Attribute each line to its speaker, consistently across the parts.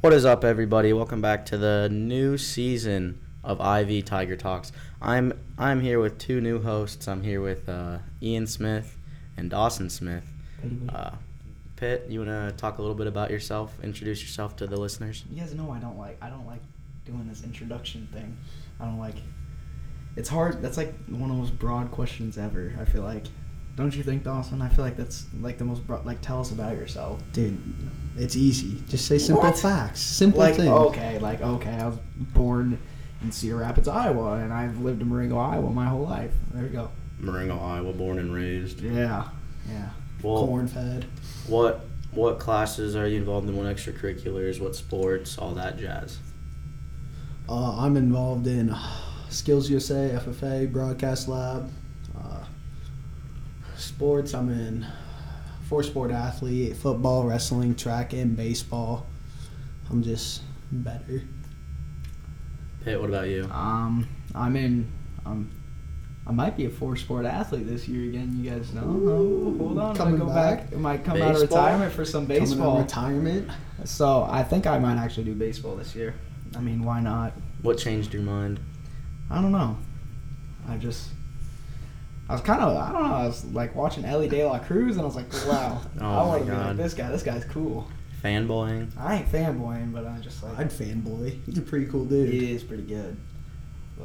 Speaker 1: What is up, everybody? Welcome back to the new season of IV Tiger Talks. I'm I'm here with two new hosts. I'm here with uh, Ian Smith and Dawson Smith. Uh, Pitt, you wanna talk a little bit about yourself? Introduce yourself to the listeners.
Speaker 2: You guys know I don't like I don't like doing this introduction thing. I don't like. It's hard. That's like one of the most broad questions ever. I feel like. Don't you think, Dawson? I feel like that's like the most broad. Like, tell us about yourself.
Speaker 3: Dude, it's easy. Just say simple
Speaker 2: What?
Speaker 3: facts. Simple
Speaker 2: like,
Speaker 3: things.
Speaker 2: okay, like okay, I was born in Cedar Rapids, Iowa, and I've lived in Marengo, Iowa, my whole life. There you go.
Speaker 1: Marengo, Iowa, born and raised.
Speaker 2: Yeah, yeah.
Speaker 1: Well,
Speaker 3: Corn fed.
Speaker 1: what what classes are you involved in? What extracurriculars? What sports? All that jazz.
Speaker 3: Uh, I'm involved in uh, Skills USA, FFA, Broadcast Lab, uh, sports. I'm in four sport athlete, football, wrestling, track, and baseball. I'm just better.
Speaker 1: Pitt, what about you?
Speaker 2: Um, I'm in. Um, I might be a four-sport athlete this year again. You guys know.
Speaker 3: Ooh,
Speaker 2: Oh, hold on,
Speaker 3: coming
Speaker 2: I go back.
Speaker 3: back.
Speaker 2: It might come out of
Speaker 1: Baseball?
Speaker 2: retirement for some
Speaker 3: Coming out
Speaker 2: baseball.
Speaker 3: of retirement.
Speaker 2: so I think I might actually do baseball this year. I mean, why not?
Speaker 1: What changed your mind?
Speaker 2: I don't know. I just. I was kind of, I don't know, I was like watching Ellie De La Cruz and I was like, wow,
Speaker 1: Oh
Speaker 2: I
Speaker 1: my
Speaker 2: want to be
Speaker 1: God.
Speaker 2: like this guy. This guy's cool.
Speaker 1: Fanboying.
Speaker 2: I ain't fanboying, but I'm just like,
Speaker 3: I'd fanboy. He's a pretty cool
Speaker 2: it
Speaker 3: dude.
Speaker 2: is pretty good.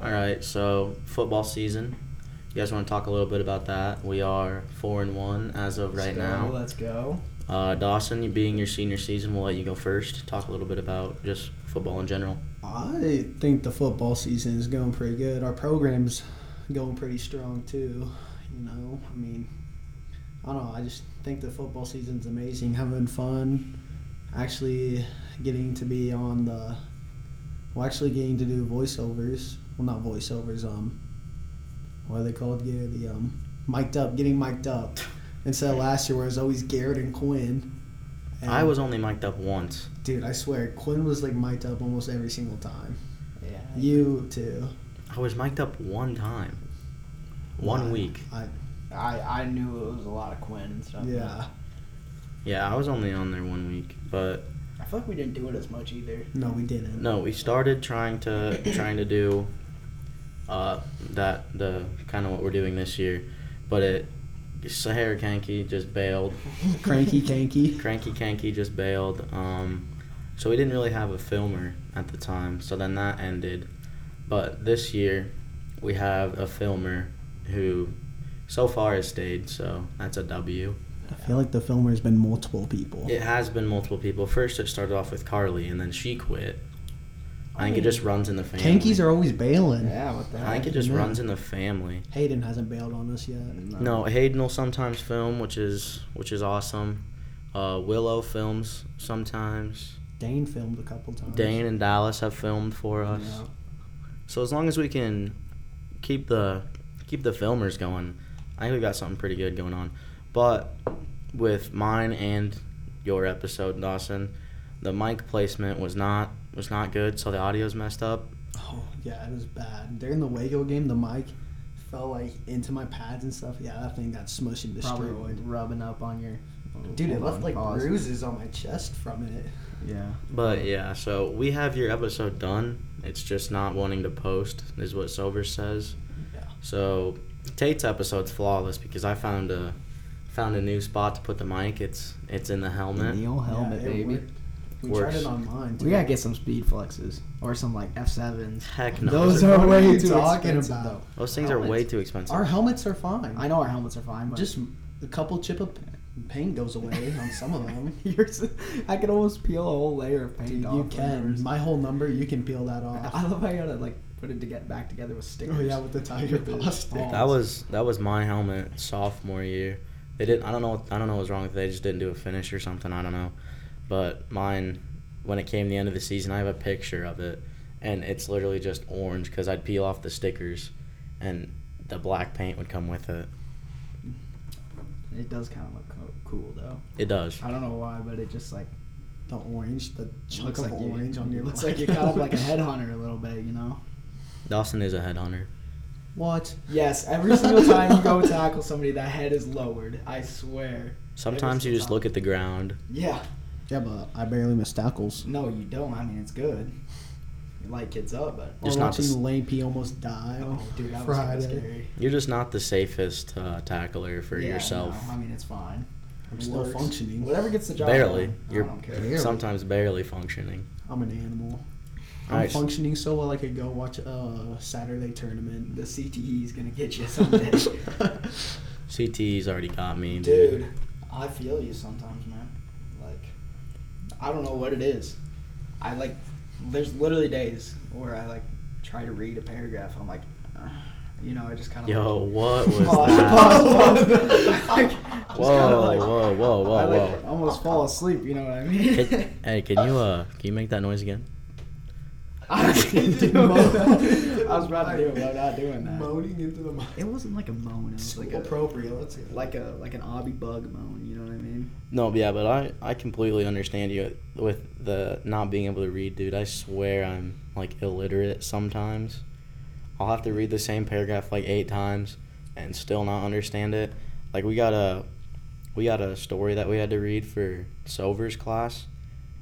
Speaker 1: All right, so football season. You guys want to talk a little bit about that? We are four and one as of right
Speaker 2: So,
Speaker 1: now.
Speaker 2: Let's go.
Speaker 1: Uh, Dawson, you being your senior season, we'll let you go first. Talk a little bit about just football in general.
Speaker 3: I think the football season is going pretty good. Our program's going pretty strong too. You know, I mean, I don't know. I just think the football season's amazing. Having fun, actually getting to be on the, well, actually getting to do voiceovers. Well, not voiceovers. Um, what are they called? Yeah, the um, mic'd up, getting mic'd up. Instead of last year where it was always Garrett and Quinn. And,
Speaker 1: I was only mic'd up once.
Speaker 3: dude. I swear, Quinn was like mic'd up almost every single time.
Speaker 2: Yeah.
Speaker 3: You too.
Speaker 1: I was mic'd up one time, one
Speaker 3: Wow.
Speaker 1: week.
Speaker 3: I
Speaker 2: I, I knew it was a lot of Quinn and stuff.
Speaker 3: yeah.
Speaker 1: Yeah, I was only on there one week, but
Speaker 2: I feel like we didn't do it as much either.
Speaker 3: No, we didn't.
Speaker 1: no, we started trying to trying to do uh, that the kind of what we're doing this year, but it Sahara Kanki just bailed.
Speaker 3: Cranky Kanky.
Speaker 1: Cranky Kanky just bailed. Um, so we didn't really have a filmer at the time. So then that ended. But this year, we have a filmer who so far has stayed. So that's a W.
Speaker 3: I feel like the filmer has been multiple people.
Speaker 1: It has been multiple people. First, it started off with Carly, and then she quit. I think it just runs in the family.
Speaker 3: Kankies are always bailing.
Speaker 2: Yeah, what the heck?
Speaker 1: I think it just
Speaker 3: Yeah.
Speaker 1: runs in the family.
Speaker 3: Hayden hasn't bailed on us yet.
Speaker 1: No, Hayden will sometimes film, which is which is awesome. Uh, Willow films sometimes.
Speaker 3: Dane filmed a couple times.
Speaker 1: Dane and Dallas have filmed for us.
Speaker 3: Yeah.
Speaker 1: So as long as we can keep the keep the filmers going, I think we got something pretty good going on. But with mine and your episode, Dawson, the mic placement was not was not good, so the audio's messed up.
Speaker 3: Oh yeah, it was bad. During the Waco game, the mic fell like into my pads and stuff. Yeah, that thing got smushed and
Speaker 2: Probably
Speaker 3: destroyed.
Speaker 2: rubbing up on your.
Speaker 3: Dude, it
Speaker 2: Hold on,
Speaker 3: left like
Speaker 2: pause.
Speaker 3: bruises on my chest from it.
Speaker 2: Yeah.
Speaker 1: But yeah, so we have your episode done. It's just not wanting to post is what Silver says.
Speaker 3: Yeah.
Speaker 1: So Tate's episode's flawless because I found a found a new spot to put the mic. It's it's in the helmet.
Speaker 2: Neil helmet,
Speaker 3: Yeah, it
Speaker 2: baby.
Speaker 3: worked. We
Speaker 1: Works.
Speaker 3: tried it on mine.
Speaker 2: We gotta get some speed flexes or some like F sevens.
Speaker 1: Heck no.
Speaker 3: Those
Speaker 1: Those,
Speaker 3: are- what
Speaker 2: way
Speaker 3: you talking about?
Speaker 1: those things are way too expensive.
Speaker 3: Our helmets are fine.
Speaker 2: I know our helmets are fine, but
Speaker 3: Just a couple chip of paint goes away on some of them.
Speaker 2: yours. I could almost peel a whole layer of paint
Speaker 3: Dude,
Speaker 2: off.
Speaker 3: you
Speaker 2: of
Speaker 3: can.
Speaker 2: yours.
Speaker 3: My whole number, you can peel that off.
Speaker 2: I love how you gotta like put it to get back together with stickers.
Speaker 3: Oh yeah, with the tiger
Speaker 2: With the
Speaker 3: paw stick.
Speaker 2: paws.
Speaker 1: That was that was my helmet sophomore year. They didn't. I don't know. What, I don't know what was wrong with it. They just didn't do a finish or something. I don't know. But mine, when it came the end of the season, I have a picture of it, and it's literally just orange because I'd peel off the stickers, and the black paint would come with it.
Speaker 2: It does kind of look co- cool though.
Speaker 1: It does.
Speaker 2: I don't know why, but it just like
Speaker 3: The orange, the chunks
Speaker 2: looks
Speaker 3: of
Speaker 2: like you-
Speaker 3: orange on your.
Speaker 2: Looks like you caught up like a headhunter a little bit, you know.
Speaker 1: Dawson is a headhunter.
Speaker 3: What?
Speaker 2: Yes, every single time you go tackle somebody, that head is lowered. I swear.
Speaker 1: Sometimes you just look at the ground.
Speaker 2: Yeah.
Speaker 3: Yeah, but I barely miss tackles.
Speaker 2: No, you don't. I mean, it's good. Your light gets up, but
Speaker 1: Just
Speaker 3: Just or
Speaker 1: not
Speaker 3: watching
Speaker 1: this-
Speaker 3: Lane P almost die
Speaker 2: oh, dude, that was kinda
Speaker 3: Friday.
Speaker 2: scary.
Speaker 1: You're just not the safest uh, tackler for
Speaker 2: Yeah,
Speaker 1: yourself.
Speaker 2: no, I mean, it's fine.
Speaker 3: I'm
Speaker 2: It
Speaker 3: still
Speaker 2: works.
Speaker 3: functioning.
Speaker 2: Whatever gets the job
Speaker 1: Barely.
Speaker 2: done, I
Speaker 1: You're-
Speaker 2: don't care.
Speaker 3: Barely.
Speaker 1: Sometimes barely functioning.
Speaker 3: I'm an animal. I'm
Speaker 1: Alright.
Speaker 3: functioning so well I could go watch a Saturday tournament.
Speaker 2: The CTE is gonna get you someday,
Speaker 1: CTE's already got me, dude.
Speaker 2: dude. I feel you sometimes, man. Like, I don't know what it is. I like. There's literally days where I like try to read a paragraph. I'm like, uh, you know, I just kind of.
Speaker 1: Yo,
Speaker 2: like,
Speaker 1: what was
Speaker 2: Pause,
Speaker 1: that?
Speaker 2: pause, pause. Like, just kinda
Speaker 1: Whoa,
Speaker 2: like-
Speaker 1: whoa, whoa,
Speaker 2: I
Speaker 1: whoa,
Speaker 2: like
Speaker 1: whoa.
Speaker 2: almost fall asleep. You know what I mean?
Speaker 1: Hey, hey, can you uh, can you make that noise again?
Speaker 2: I didn't do
Speaker 3: Mo-
Speaker 2: it. I was about to do it, but I'm not doing that.
Speaker 3: Moaning into the mic.
Speaker 2: It wasn't like a moan. It was
Speaker 3: So
Speaker 2: like
Speaker 3: appropriate.
Speaker 2: A, like a like an obby bug moan. You know what I mean?
Speaker 1: No, yeah, but I I completely understand you with the not being able to read, dude. I swear I'm like illiterate sometimes. I'll have to read the same paragraph like eight times and still not understand it. Like we got a we got a story that we had to read for Silver's class,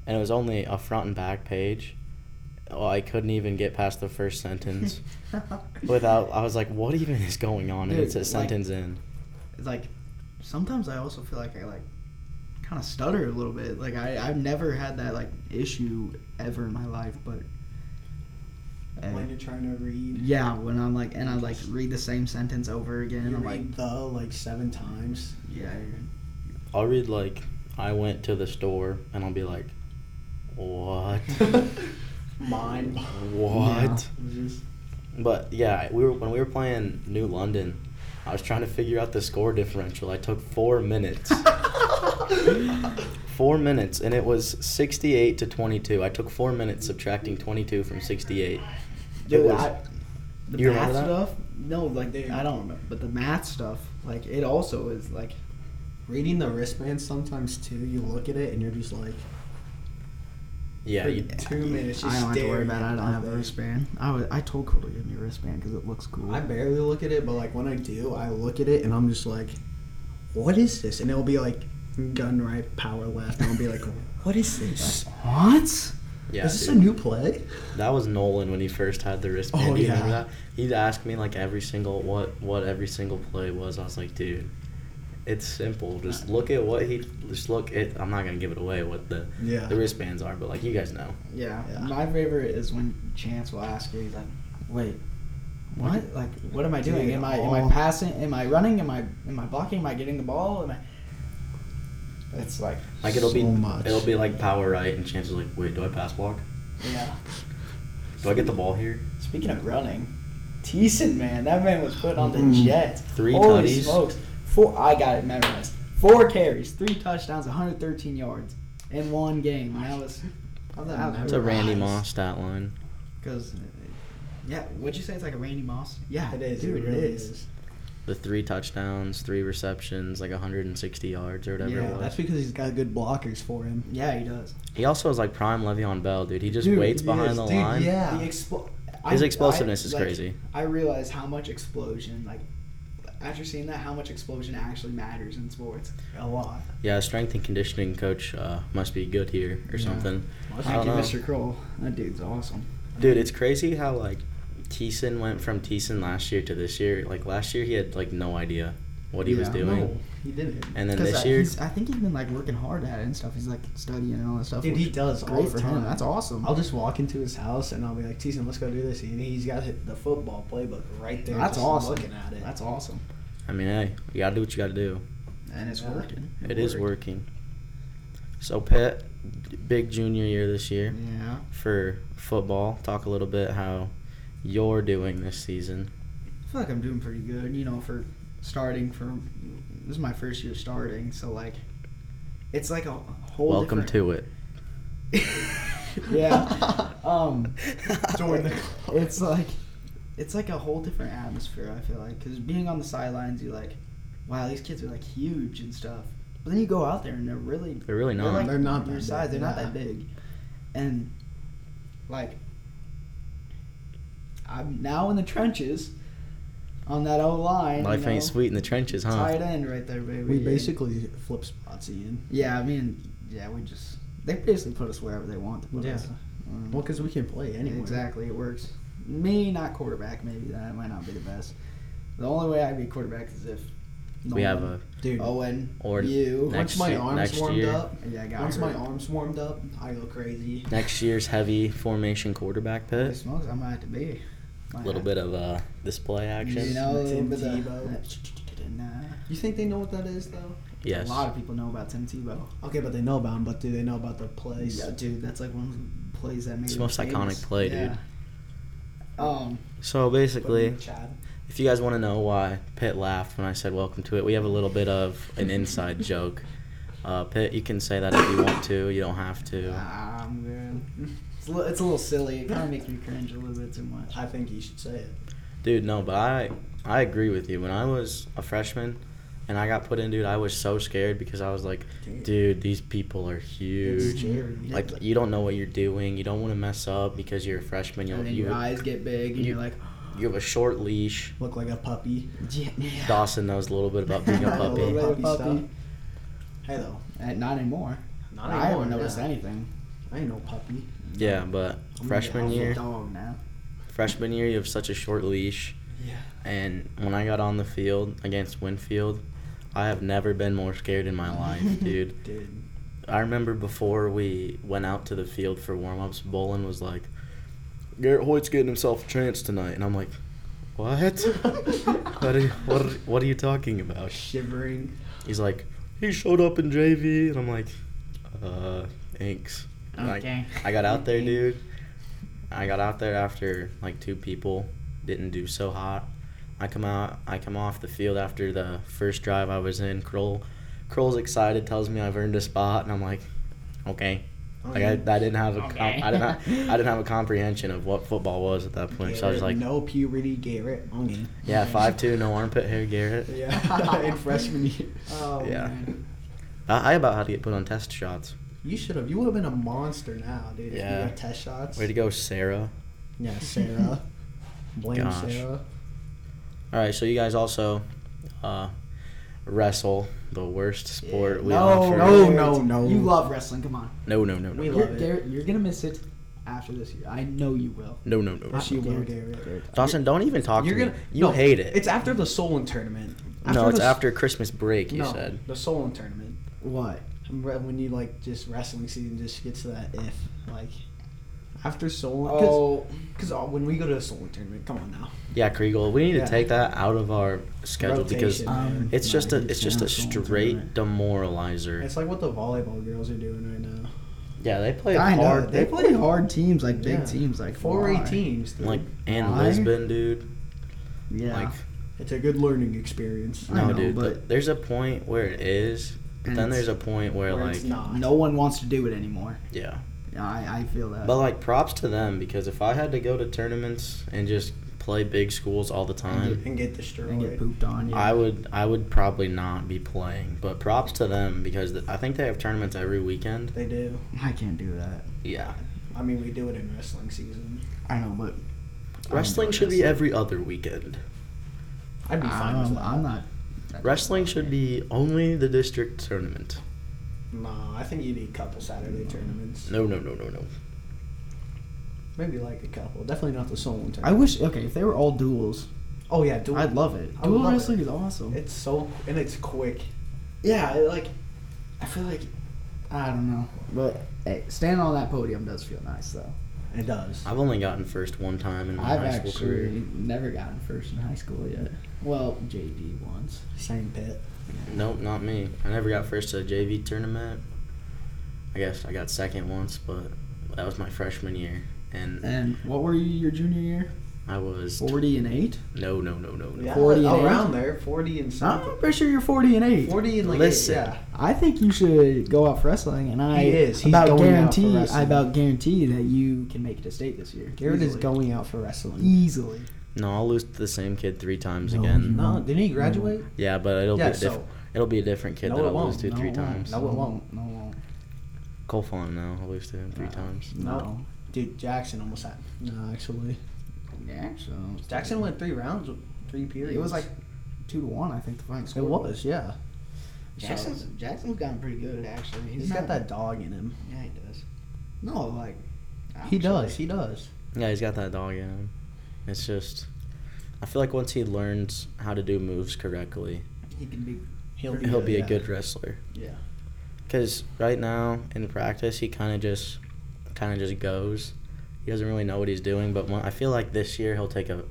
Speaker 1: and it was only a front and back page. Oh, I couldn't even get past the first sentence without. I was like, "What even is going on?" And it's a
Speaker 2: Dude, like-
Speaker 1: sentence in.
Speaker 2: It's like sometimes I also feel like I like kind of stutter a little bit. Like I I've never had that like issue ever in my life, but. and-
Speaker 3: When you're trying to read.
Speaker 2: yeah, when I'm like, and I like read the same sentence over again, and
Speaker 3: You
Speaker 2: I'm like,
Speaker 3: read the like seven times.
Speaker 2: yeah,
Speaker 1: I'll read like I went to the store and I'll be like, what?
Speaker 3: Mine.
Speaker 1: what?
Speaker 3: Just,
Speaker 1: But yeah, we were when we were playing New London, I was trying to figure out the score differential. I took four minutes. four minutes, and it was sixty-eight to twenty-two. I took four minutes subtracting twenty-two from sixty-eight.
Speaker 2: Dude,
Speaker 1: it was,
Speaker 2: I, the
Speaker 1: You
Speaker 2: math
Speaker 1: remember that?
Speaker 2: stuff? No, like they, I don't remember. But the math stuff, like it also is like,
Speaker 3: reading the wristband sometimes too. You look at it and you're just like,
Speaker 1: yeah,
Speaker 3: for
Speaker 1: you,
Speaker 3: two minutes. Just
Speaker 2: I don't have to worry
Speaker 3: staring
Speaker 2: about. it. I
Speaker 3: at
Speaker 2: don't have a
Speaker 3: nothing.
Speaker 2: wristband. I was, I told Cole to give me a wristband because it looks cool.
Speaker 3: I barely look at it, but like when I do, I look at it and I'm just like, what is this? And it'll be like gun right, power left, and I'll be like, what is this?
Speaker 2: what?
Speaker 1: yeah.
Speaker 3: is this
Speaker 1: dude.
Speaker 3: a new play?
Speaker 1: That was Nolan when he first had the wristband.
Speaker 3: Oh,
Speaker 1: Do you
Speaker 3: yeah.
Speaker 1: remember that? He'd ask me like every single what what every single play was. I was like, dude, it's simple. Just
Speaker 3: Uh.
Speaker 1: look at what he just look at. I'm not gonna give it away what the
Speaker 3: Yeah.
Speaker 1: the wristbands are, but like you guys know.
Speaker 2: Yeah.
Speaker 3: Yeah.
Speaker 2: My favorite is when Chance will ask you, he's like, wait. What? Like, what am I doing?
Speaker 3: Dude,
Speaker 2: am I am I
Speaker 3: all-
Speaker 2: passing? Am I running? Am I am I blocking? Am I getting the ball? Am I? It's like,
Speaker 1: Like it'll be
Speaker 3: So much.
Speaker 1: it'll be like power right and chances like wait do I pass block?
Speaker 2: yeah.
Speaker 1: Do I get the ball here?
Speaker 2: Speaking of running, Teason, man, that man was put on the
Speaker 3: Mm.
Speaker 2: Jets.
Speaker 1: Three
Speaker 2: Holy
Speaker 1: tutties.
Speaker 2: smokes! Four. I got it memorized. Four carries, three touchdowns, 113 yards in one game. And that was. I thought that
Speaker 1: It's
Speaker 2: was
Speaker 1: a
Speaker 3: Nice.
Speaker 1: Randy Moss stat line.
Speaker 2: Because, yeah, what'd you say? It's like a Randy Moss. Yeah,
Speaker 3: It is.
Speaker 2: Dude,
Speaker 3: it really is.
Speaker 1: The three touchdowns, three receptions, like 160 yards or whatever
Speaker 2: Yeah,
Speaker 1: it was.
Speaker 3: That's because he's got good blockers for him.
Speaker 2: Yeah, he does.
Speaker 1: He also is like prime Le'Veon Bell, dude. He just
Speaker 3: Dude,
Speaker 1: waits
Speaker 3: he
Speaker 1: behind
Speaker 3: is.
Speaker 1: the
Speaker 3: Dude,
Speaker 1: line.
Speaker 3: Yeah.
Speaker 2: The expl-
Speaker 1: His
Speaker 2: I-
Speaker 1: explosiveness
Speaker 2: I,
Speaker 1: is
Speaker 2: like,
Speaker 1: crazy.
Speaker 2: I realize how much explosion, like, after seeing that, how much explosion actually matters in sports.
Speaker 3: A lot.
Speaker 1: Yeah, strength and conditioning coach uh, must be good here or
Speaker 2: Yeah.
Speaker 1: something. I
Speaker 2: Thank
Speaker 1: don't
Speaker 2: you,
Speaker 1: know.
Speaker 2: Mr. Kroll. That dude's awesome.
Speaker 1: Dude, it's crazy how like Teason went from Teason last year to this year. Like last year, he had like no idea what he was
Speaker 2: Yeah.
Speaker 1: doing,
Speaker 3: No, he didn't.
Speaker 1: and then
Speaker 2: Because
Speaker 1: this
Speaker 2: I,
Speaker 1: year,
Speaker 2: he's- I think he's been like working hard at it and stuff. He's like studying and all that stuff.
Speaker 3: Dude,
Speaker 2: which
Speaker 3: he does
Speaker 2: is
Speaker 3: all
Speaker 2: great
Speaker 3: for
Speaker 2: for him.
Speaker 3: him.
Speaker 2: That's awesome.
Speaker 3: I'll just walk into his house and I'll be like, Teason, let's go do this. And he's got hit- the football playbook right there.
Speaker 2: That's
Speaker 3: just
Speaker 2: awesome.
Speaker 3: Looking at it.
Speaker 2: That's awesome.
Speaker 1: I mean, hey, you gotta do what you gotta do.
Speaker 2: And it's
Speaker 3: Yeah.
Speaker 2: working.
Speaker 1: it is working. So Pitt, big junior year this year
Speaker 2: Yeah.
Speaker 1: for football. Talk a little bit how you're doing this season.
Speaker 2: I feel like I'm doing pretty good, you know, for starting from this is my first year starting, so like it's like a whole
Speaker 1: Welcome
Speaker 2: different-
Speaker 1: to it.
Speaker 2: Yeah. um
Speaker 3: Join the club.
Speaker 2: it's like it's like a whole different atmosphere i feel like because being on the sidelines you like wow these kids are like huge and stuff but then you go out there and they're really
Speaker 1: They're really not.
Speaker 2: like
Speaker 3: They're not
Speaker 2: your
Speaker 3: that
Speaker 2: size
Speaker 3: big,
Speaker 2: they're not
Speaker 3: yeah.
Speaker 2: that big and like i'm now in the trenches on that old line
Speaker 1: Life
Speaker 2: you know,
Speaker 1: ain't sweet in the trenches, huh?
Speaker 2: tight end right there baby
Speaker 3: we basically flip spots, Ian.
Speaker 2: yeah i mean yeah we just They basically put us wherever they want to put
Speaker 3: Yeah.
Speaker 2: us. Um,
Speaker 3: Well, because we can play anywhere.
Speaker 2: Exactly, it works. Me, not quarterback. Maybe that might not be the best. The only way I'd be quarterback is if
Speaker 1: we have
Speaker 2: Nolan,
Speaker 1: a
Speaker 3: Dude,
Speaker 2: Owen
Speaker 1: or
Speaker 2: you.
Speaker 1: next
Speaker 3: once my
Speaker 1: ye-
Speaker 3: arms
Speaker 1: next
Speaker 3: warmed
Speaker 1: year.
Speaker 3: up,
Speaker 2: yeah, I got
Speaker 3: once
Speaker 2: hurt.
Speaker 3: my arms warmed up, I go crazy.
Speaker 1: next year's heavy formation quarterback
Speaker 2: Holy
Speaker 1: pit.
Speaker 2: smokes, I might have to be.
Speaker 1: A little bit of uh, display action.
Speaker 2: You know, a little
Speaker 3: Tim
Speaker 2: bit of-
Speaker 3: Tebow.
Speaker 2: Nah.
Speaker 3: You think they know what that is, though?
Speaker 1: yes.
Speaker 2: A lot of people know about Tim Tebow.
Speaker 3: Okay, but they know about him. But do they know about the place?
Speaker 2: Yeah, dude, that's like one of the plays that made.
Speaker 1: It's
Speaker 2: him
Speaker 1: the most
Speaker 2: famous.
Speaker 1: iconic play, dude.
Speaker 2: Yeah. Um,
Speaker 1: So basically,
Speaker 3: Chad.
Speaker 1: if you guys want to know why Pitt laughed when I said welcome to it, we have a little bit of an inside joke. Uh, Pitt, you can say that if you want to. You don't have to.
Speaker 2: ah, I'm good. It's a, little, it's a little silly. It kind of makes me cringe a little bit too much.
Speaker 3: I think you should say it.
Speaker 1: Dude, no, but I I agree with you. When I was a freshman and I got put in, dude, I was so scared because I was like, dude, these people are
Speaker 3: It's
Speaker 1: huge.
Speaker 3: scary.
Speaker 1: Like you don't know what you're doing. You don't want to mess up because you're a freshman. You
Speaker 2: and then
Speaker 1: you
Speaker 2: your eyes get big, and
Speaker 1: you-
Speaker 2: you're like,
Speaker 1: you have a short leash.
Speaker 3: look like a puppy.
Speaker 2: yeah, yeah.
Speaker 1: Dawson knows a little bit about being a
Speaker 2: I know a little
Speaker 1: puppy.
Speaker 2: bit. Puppy
Speaker 3: Hey though,
Speaker 2: Uh, not anymore.
Speaker 3: not
Speaker 2: I haven't noticed anything.
Speaker 3: I ain't no puppy.
Speaker 1: Yeah, but
Speaker 2: I'm
Speaker 1: freshman
Speaker 2: a
Speaker 1: year,
Speaker 2: dog now.
Speaker 1: freshman year, you have such a short leash.
Speaker 3: Yeah.
Speaker 1: And when I got on the field against Winfield, I have never been more scared in my life, dude.
Speaker 3: Dude.
Speaker 1: I remember before we went out to the field for warm ups, Bolin was like, Garrett Hoyt's getting himself a chance tonight. And I'm like, What? what, are, what, are, what are you talking about?
Speaker 2: Shivering.
Speaker 1: He's like, He showed up in JV. And I'm like, Uh, thanks. And I-
Speaker 2: Okay.
Speaker 1: I got out
Speaker 2: Mm-hmm.
Speaker 1: there, dude. I got out there after like two people didn't do so hot. I come out. I come off the field after the first drive I was in. Kroll, Kroll's excited, tells me I've earned a spot, and I'm like, okay. Like I, I didn't have a,
Speaker 2: Oh, Okay.
Speaker 1: com- I didn't, have, I didn't have a comprehension of what football was at that point. So I was like,
Speaker 3: no puberty, Garrett. Okay.
Speaker 1: yeah, five two, no armpit hair, Garrett.
Speaker 3: Yeah. In freshman year. Oh
Speaker 1: Yeah.
Speaker 3: man.
Speaker 1: I, I about had to get put on test shots.
Speaker 3: You should have. You would have been a monster now, dude. If
Speaker 1: Yeah.
Speaker 3: you got test shots.
Speaker 1: Way to go, Sarah.
Speaker 3: Yeah, Sarah. Blame
Speaker 1: Gosh.
Speaker 3: Sarah.
Speaker 1: All right, so you guys also uh, wrestle the worst sport we
Speaker 2: no,
Speaker 1: offer.
Speaker 2: no,
Speaker 3: Dude,
Speaker 2: no, no.
Speaker 3: you
Speaker 2: You love wrestling. Come on.
Speaker 1: No, no, no, no.
Speaker 3: We
Speaker 1: no.
Speaker 3: love
Speaker 2: You're,
Speaker 3: it.
Speaker 2: Garrett, you're gonna miss it after this year. I know you will.
Speaker 1: No, no, no.
Speaker 3: Yes, you
Speaker 2: Garrett.
Speaker 3: will, Garrett.
Speaker 1: Dawson, don't even talk
Speaker 3: Uh, You're
Speaker 1: to
Speaker 3: gonna.
Speaker 1: me. You
Speaker 3: no,
Speaker 1: hate it.
Speaker 3: It's after the Solon tournament.
Speaker 1: no, it's
Speaker 3: the-
Speaker 1: after Christmas break, you
Speaker 3: no,
Speaker 1: said.
Speaker 3: the Solon tournament.
Speaker 2: What?
Speaker 3: Re- when you like just wrestling season just gets to that if like after Solon
Speaker 2: Oh,
Speaker 3: because uh, when we go to a Solon tournament come on now
Speaker 1: Yeah, Kriegel, we need
Speaker 3: Yeah.
Speaker 1: to take that out of our schedule because
Speaker 3: Rotation. Um,
Speaker 1: it's just a
Speaker 2: Nice.
Speaker 1: it's just a
Speaker 2: Yeah,
Speaker 1: straight demoralizer.
Speaker 3: it's like what the volleyball girls are doing right now
Speaker 1: Yeah, they play
Speaker 2: I know.
Speaker 1: hard.
Speaker 2: They play hard teams, like
Speaker 3: Yeah.
Speaker 2: big teams, like
Speaker 3: four
Speaker 2: why?
Speaker 3: A teams dude.
Speaker 1: like and
Speaker 2: Why?
Speaker 1: Lisbon, dude.
Speaker 2: Yeah.
Speaker 1: Like
Speaker 3: it's a good learning experience
Speaker 2: I
Speaker 1: no,
Speaker 2: know,
Speaker 1: dude.
Speaker 2: but-
Speaker 1: But there's a point where it is, but
Speaker 2: And
Speaker 1: then
Speaker 2: it's-
Speaker 1: there's a point where,
Speaker 3: Where
Speaker 1: like
Speaker 3: it's not
Speaker 2: no one wants to do it anymore.
Speaker 1: yeah.
Speaker 2: I, I feel that.
Speaker 1: But like props to them because if I had to go to tournaments and just play big schools all the time,
Speaker 3: and get destroyed
Speaker 2: and get pooped on. Yeah.
Speaker 1: I would I would probably not be playing, but props to them because th- I think they have tournaments every weekend.
Speaker 3: they do
Speaker 2: I can't do that.
Speaker 1: Yeah,
Speaker 3: I mean we do it in wrestling season
Speaker 2: I know, but
Speaker 1: wrestling
Speaker 2: enjoy
Speaker 1: should be
Speaker 2: wrestling.
Speaker 1: every other weekend.
Speaker 3: I'd be fine
Speaker 2: I'm,
Speaker 3: with that
Speaker 2: Um, I'm not.
Speaker 1: Wrestling should be only the district tournament.
Speaker 3: no I think you need a couple Saturday tournaments
Speaker 1: No, no, no, no, no.
Speaker 3: maybe like a couple definitely not the Solon
Speaker 2: I
Speaker 3: tournament
Speaker 2: wish. Okay, if they were all duels,
Speaker 3: oh yeah dual,
Speaker 2: I'd love it.
Speaker 3: I would
Speaker 2: Dual
Speaker 3: love it.
Speaker 2: wrestling is awesome.
Speaker 3: It's so and it's quick. Yeah, it, like I feel like
Speaker 2: I don't know, but hey, standing on that podium does feel nice, though.
Speaker 3: it does.
Speaker 1: I've only gotten first one time in my
Speaker 2: I've
Speaker 1: high school
Speaker 2: actually
Speaker 1: career.
Speaker 2: never gotten first in high school yet. Well, JV once.
Speaker 3: Same pit.
Speaker 1: Nope, not me. I never got first at a JV tournament. I guess I got second once, but that was my freshman year, and
Speaker 2: And what were you your junior year?
Speaker 1: I was
Speaker 2: Forty and eight.
Speaker 1: no, no, no, no, no.
Speaker 3: Yeah,
Speaker 2: 40 and
Speaker 3: around
Speaker 2: eight?
Speaker 3: there, forty and
Speaker 2: I'm
Speaker 3: something.
Speaker 2: pretty sure you're forty and eight.
Speaker 3: Forty and like
Speaker 1: Listen.
Speaker 3: eight, yeah.
Speaker 2: I think you should go out for wrestling, and I
Speaker 3: He is. He's
Speaker 2: about
Speaker 3: going out for
Speaker 2: guarantee. I
Speaker 3: wrestling.
Speaker 2: about guarantee that you can make it to state this year.
Speaker 3: Garrett is
Speaker 2: Easily.
Speaker 3: going out for wrestling.
Speaker 2: easily.
Speaker 1: No, I'll lose to the same kid three times
Speaker 2: No,
Speaker 1: again.
Speaker 2: you
Speaker 3: No, uh, didn't he graduate?
Speaker 1: Yeah, but it'll
Speaker 3: Yeah,
Speaker 1: be a diff-
Speaker 3: so-
Speaker 1: it'll be a different kid
Speaker 3: No,
Speaker 1: that
Speaker 3: it
Speaker 1: I'll lose
Speaker 3: won't.
Speaker 1: to
Speaker 2: No,
Speaker 1: three
Speaker 2: it won't.
Speaker 1: times.
Speaker 2: No, it won't. No, it won't.
Speaker 1: Cole Fawn, no, I'll lose to him three
Speaker 2: No.
Speaker 1: times.
Speaker 2: No.
Speaker 3: No. Dude, Jackson almost had.
Speaker 2: No, actually. Yeah, actually.
Speaker 3: Jackson went three rounds, with three periods.
Speaker 2: It was like two to one, I think, the final
Speaker 3: it
Speaker 2: score.
Speaker 3: was yeah.
Speaker 2: Jackson's Jackson's gotten pretty good actually.
Speaker 3: He's
Speaker 2: not-
Speaker 3: got that dog in him.
Speaker 2: Yeah, he does. No, like
Speaker 3: He
Speaker 2: actually,
Speaker 3: does. He does.
Speaker 1: Yeah, he's got that dog in him. It's just, I feel like once he learns how to do moves correctly,
Speaker 2: He can be.
Speaker 3: He'll be.
Speaker 1: he'll
Speaker 3: good,
Speaker 1: be
Speaker 3: yeah.
Speaker 1: a good wrestler.
Speaker 2: Yeah.
Speaker 1: Because right now in practice, he kind of just, kind of just goes. He doesn't really know what he's doing. But when, I feel like this year he'll take a,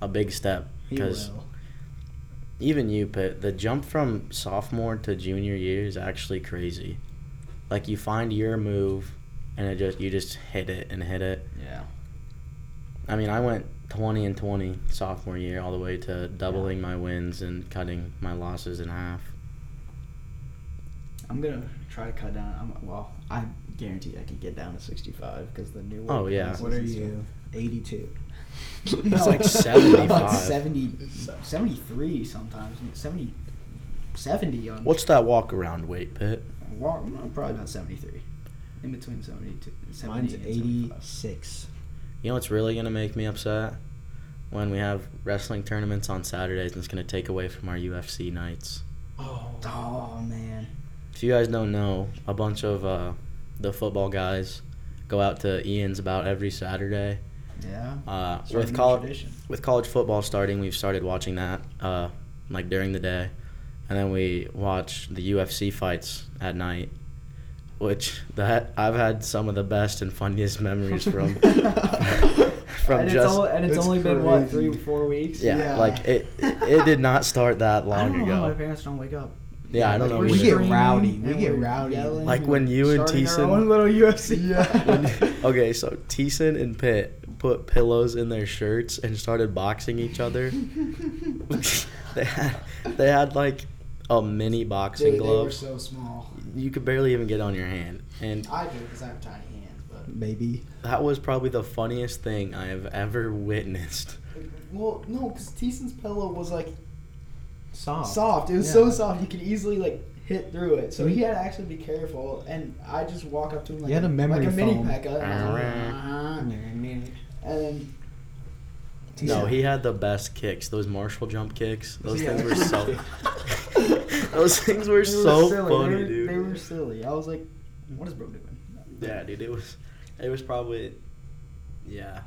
Speaker 1: a big step.
Speaker 3: He
Speaker 1: Because
Speaker 3: will.
Speaker 1: even you, Pitt, the jump from sophomore to junior year is actually crazy. Like you find your move, and it just you just hit it and hit it.
Speaker 2: Yeah.
Speaker 1: I mean, I went 20 and 20 sophomore year, all the way to doubling my wins and cutting my losses in half.
Speaker 2: I'm gonna try to cut down. I'm well. I guarantee I can get down to 65 because the new.
Speaker 1: Oh, yeah.
Speaker 3: What are you? Eighty-two.
Speaker 2: It's
Speaker 1: like 75.
Speaker 2: 70, 73 sometimes. 70, 70 on
Speaker 1: What's that walk around weight, Pitt?
Speaker 2: Well, no, probably about 73. In between 72. 70
Speaker 3: Mine's
Speaker 2: and 75.
Speaker 3: eighty-six.
Speaker 1: You know what's really going to make me upset? When we have wrestling tournaments on Saturdays and it's going to take away from our UFC nights.
Speaker 3: Oh.
Speaker 2: Oh, man.
Speaker 1: If you guys don't know, a bunch of uh, the football guys go out to Ian's about every Saturday.
Speaker 2: Yeah.
Speaker 1: Uh,
Speaker 2: Starting
Speaker 1: with
Speaker 2: new
Speaker 1: college,
Speaker 2: tradition.
Speaker 1: with college football starting, we've started watching that uh, like during the day, and then we watch the UFC fights at night, which that I've had some of the best and funniest memories from. from
Speaker 2: and
Speaker 1: just
Speaker 2: it's, all, and it's,
Speaker 3: It's
Speaker 2: only been, what,
Speaker 3: crazy.
Speaker 2: three, four weeks?
Speaker 1: yeah,
Speaker 3: yeah.
Speaker 1: like it. It did not start that
Speaker 2: I
Speaker 1: long
Speaker 2: don't know how my
Speaker 1: ago.
Speaker 2: parents don't wake up.
Speaker 1: Yeah, I don't
Speaker 2: like,
Speaker 1: know.
Speaker 2: we're
Speaker 3: We
Speaker 1: either.
Speaker 3: get
Speaker 2: screaming
Speaker 3: rowdy.
Speaker 2: and
Speaker 3: We get
Speaker 2: we're
Speaker 3: rowdy.
Speaker 2: yelling.
Speaker 1: Like when you and
Speaker 2: Starting our
Speaker 1: Teason-
Speaker 2: own little UFC.
Speaker 3: Yeah.
Speaker 2: When-
Speaker 1: okay, so Teason and Pitt put pillows in their shirts and started boxing each other. they had they had like a mini boxing
Speaker 2: Dude, they were
Speaker 1: glove.
Speaker 2: so small.
Speaker 1: You could barely even get on your hand. And
Speaker 2: I do because I have tiny hands, but
Speaker 3: Maybe.
Speaker 1: that was probably the funniest thing I have ever witnessed.
Speaker 2: well, no, because Teason's pillow was like
Speaker 3: Soft.
Speaker 2: soft. It was
Speaker 3: Oh. Yeah.
Speaker 2: so soft you could easily like hit through it. So he had to actually be careful. And I just walk up to him like
Speaker 3: You had a memory
Speaker 2: like a mini
Speaker 3: foam.
Speaker 2: Pekka, and I was like, and then
Speaker 1: No,
Speaker 3: Yeah.
Speaker 1: he had the best kicks. Those Marshall jump kicks. Those
Speaker 2: Yeah.
Speaker 1: things were so. those things were so
Speaker 2: silly.
Speaker 1: funny,
Speaker 2: they were,
Speaker 1: dude.
Speaker 2: They were silly. I was like, what is bro doing?
Speaker 1: Yeah, dude. It was. It was probably. Yeah.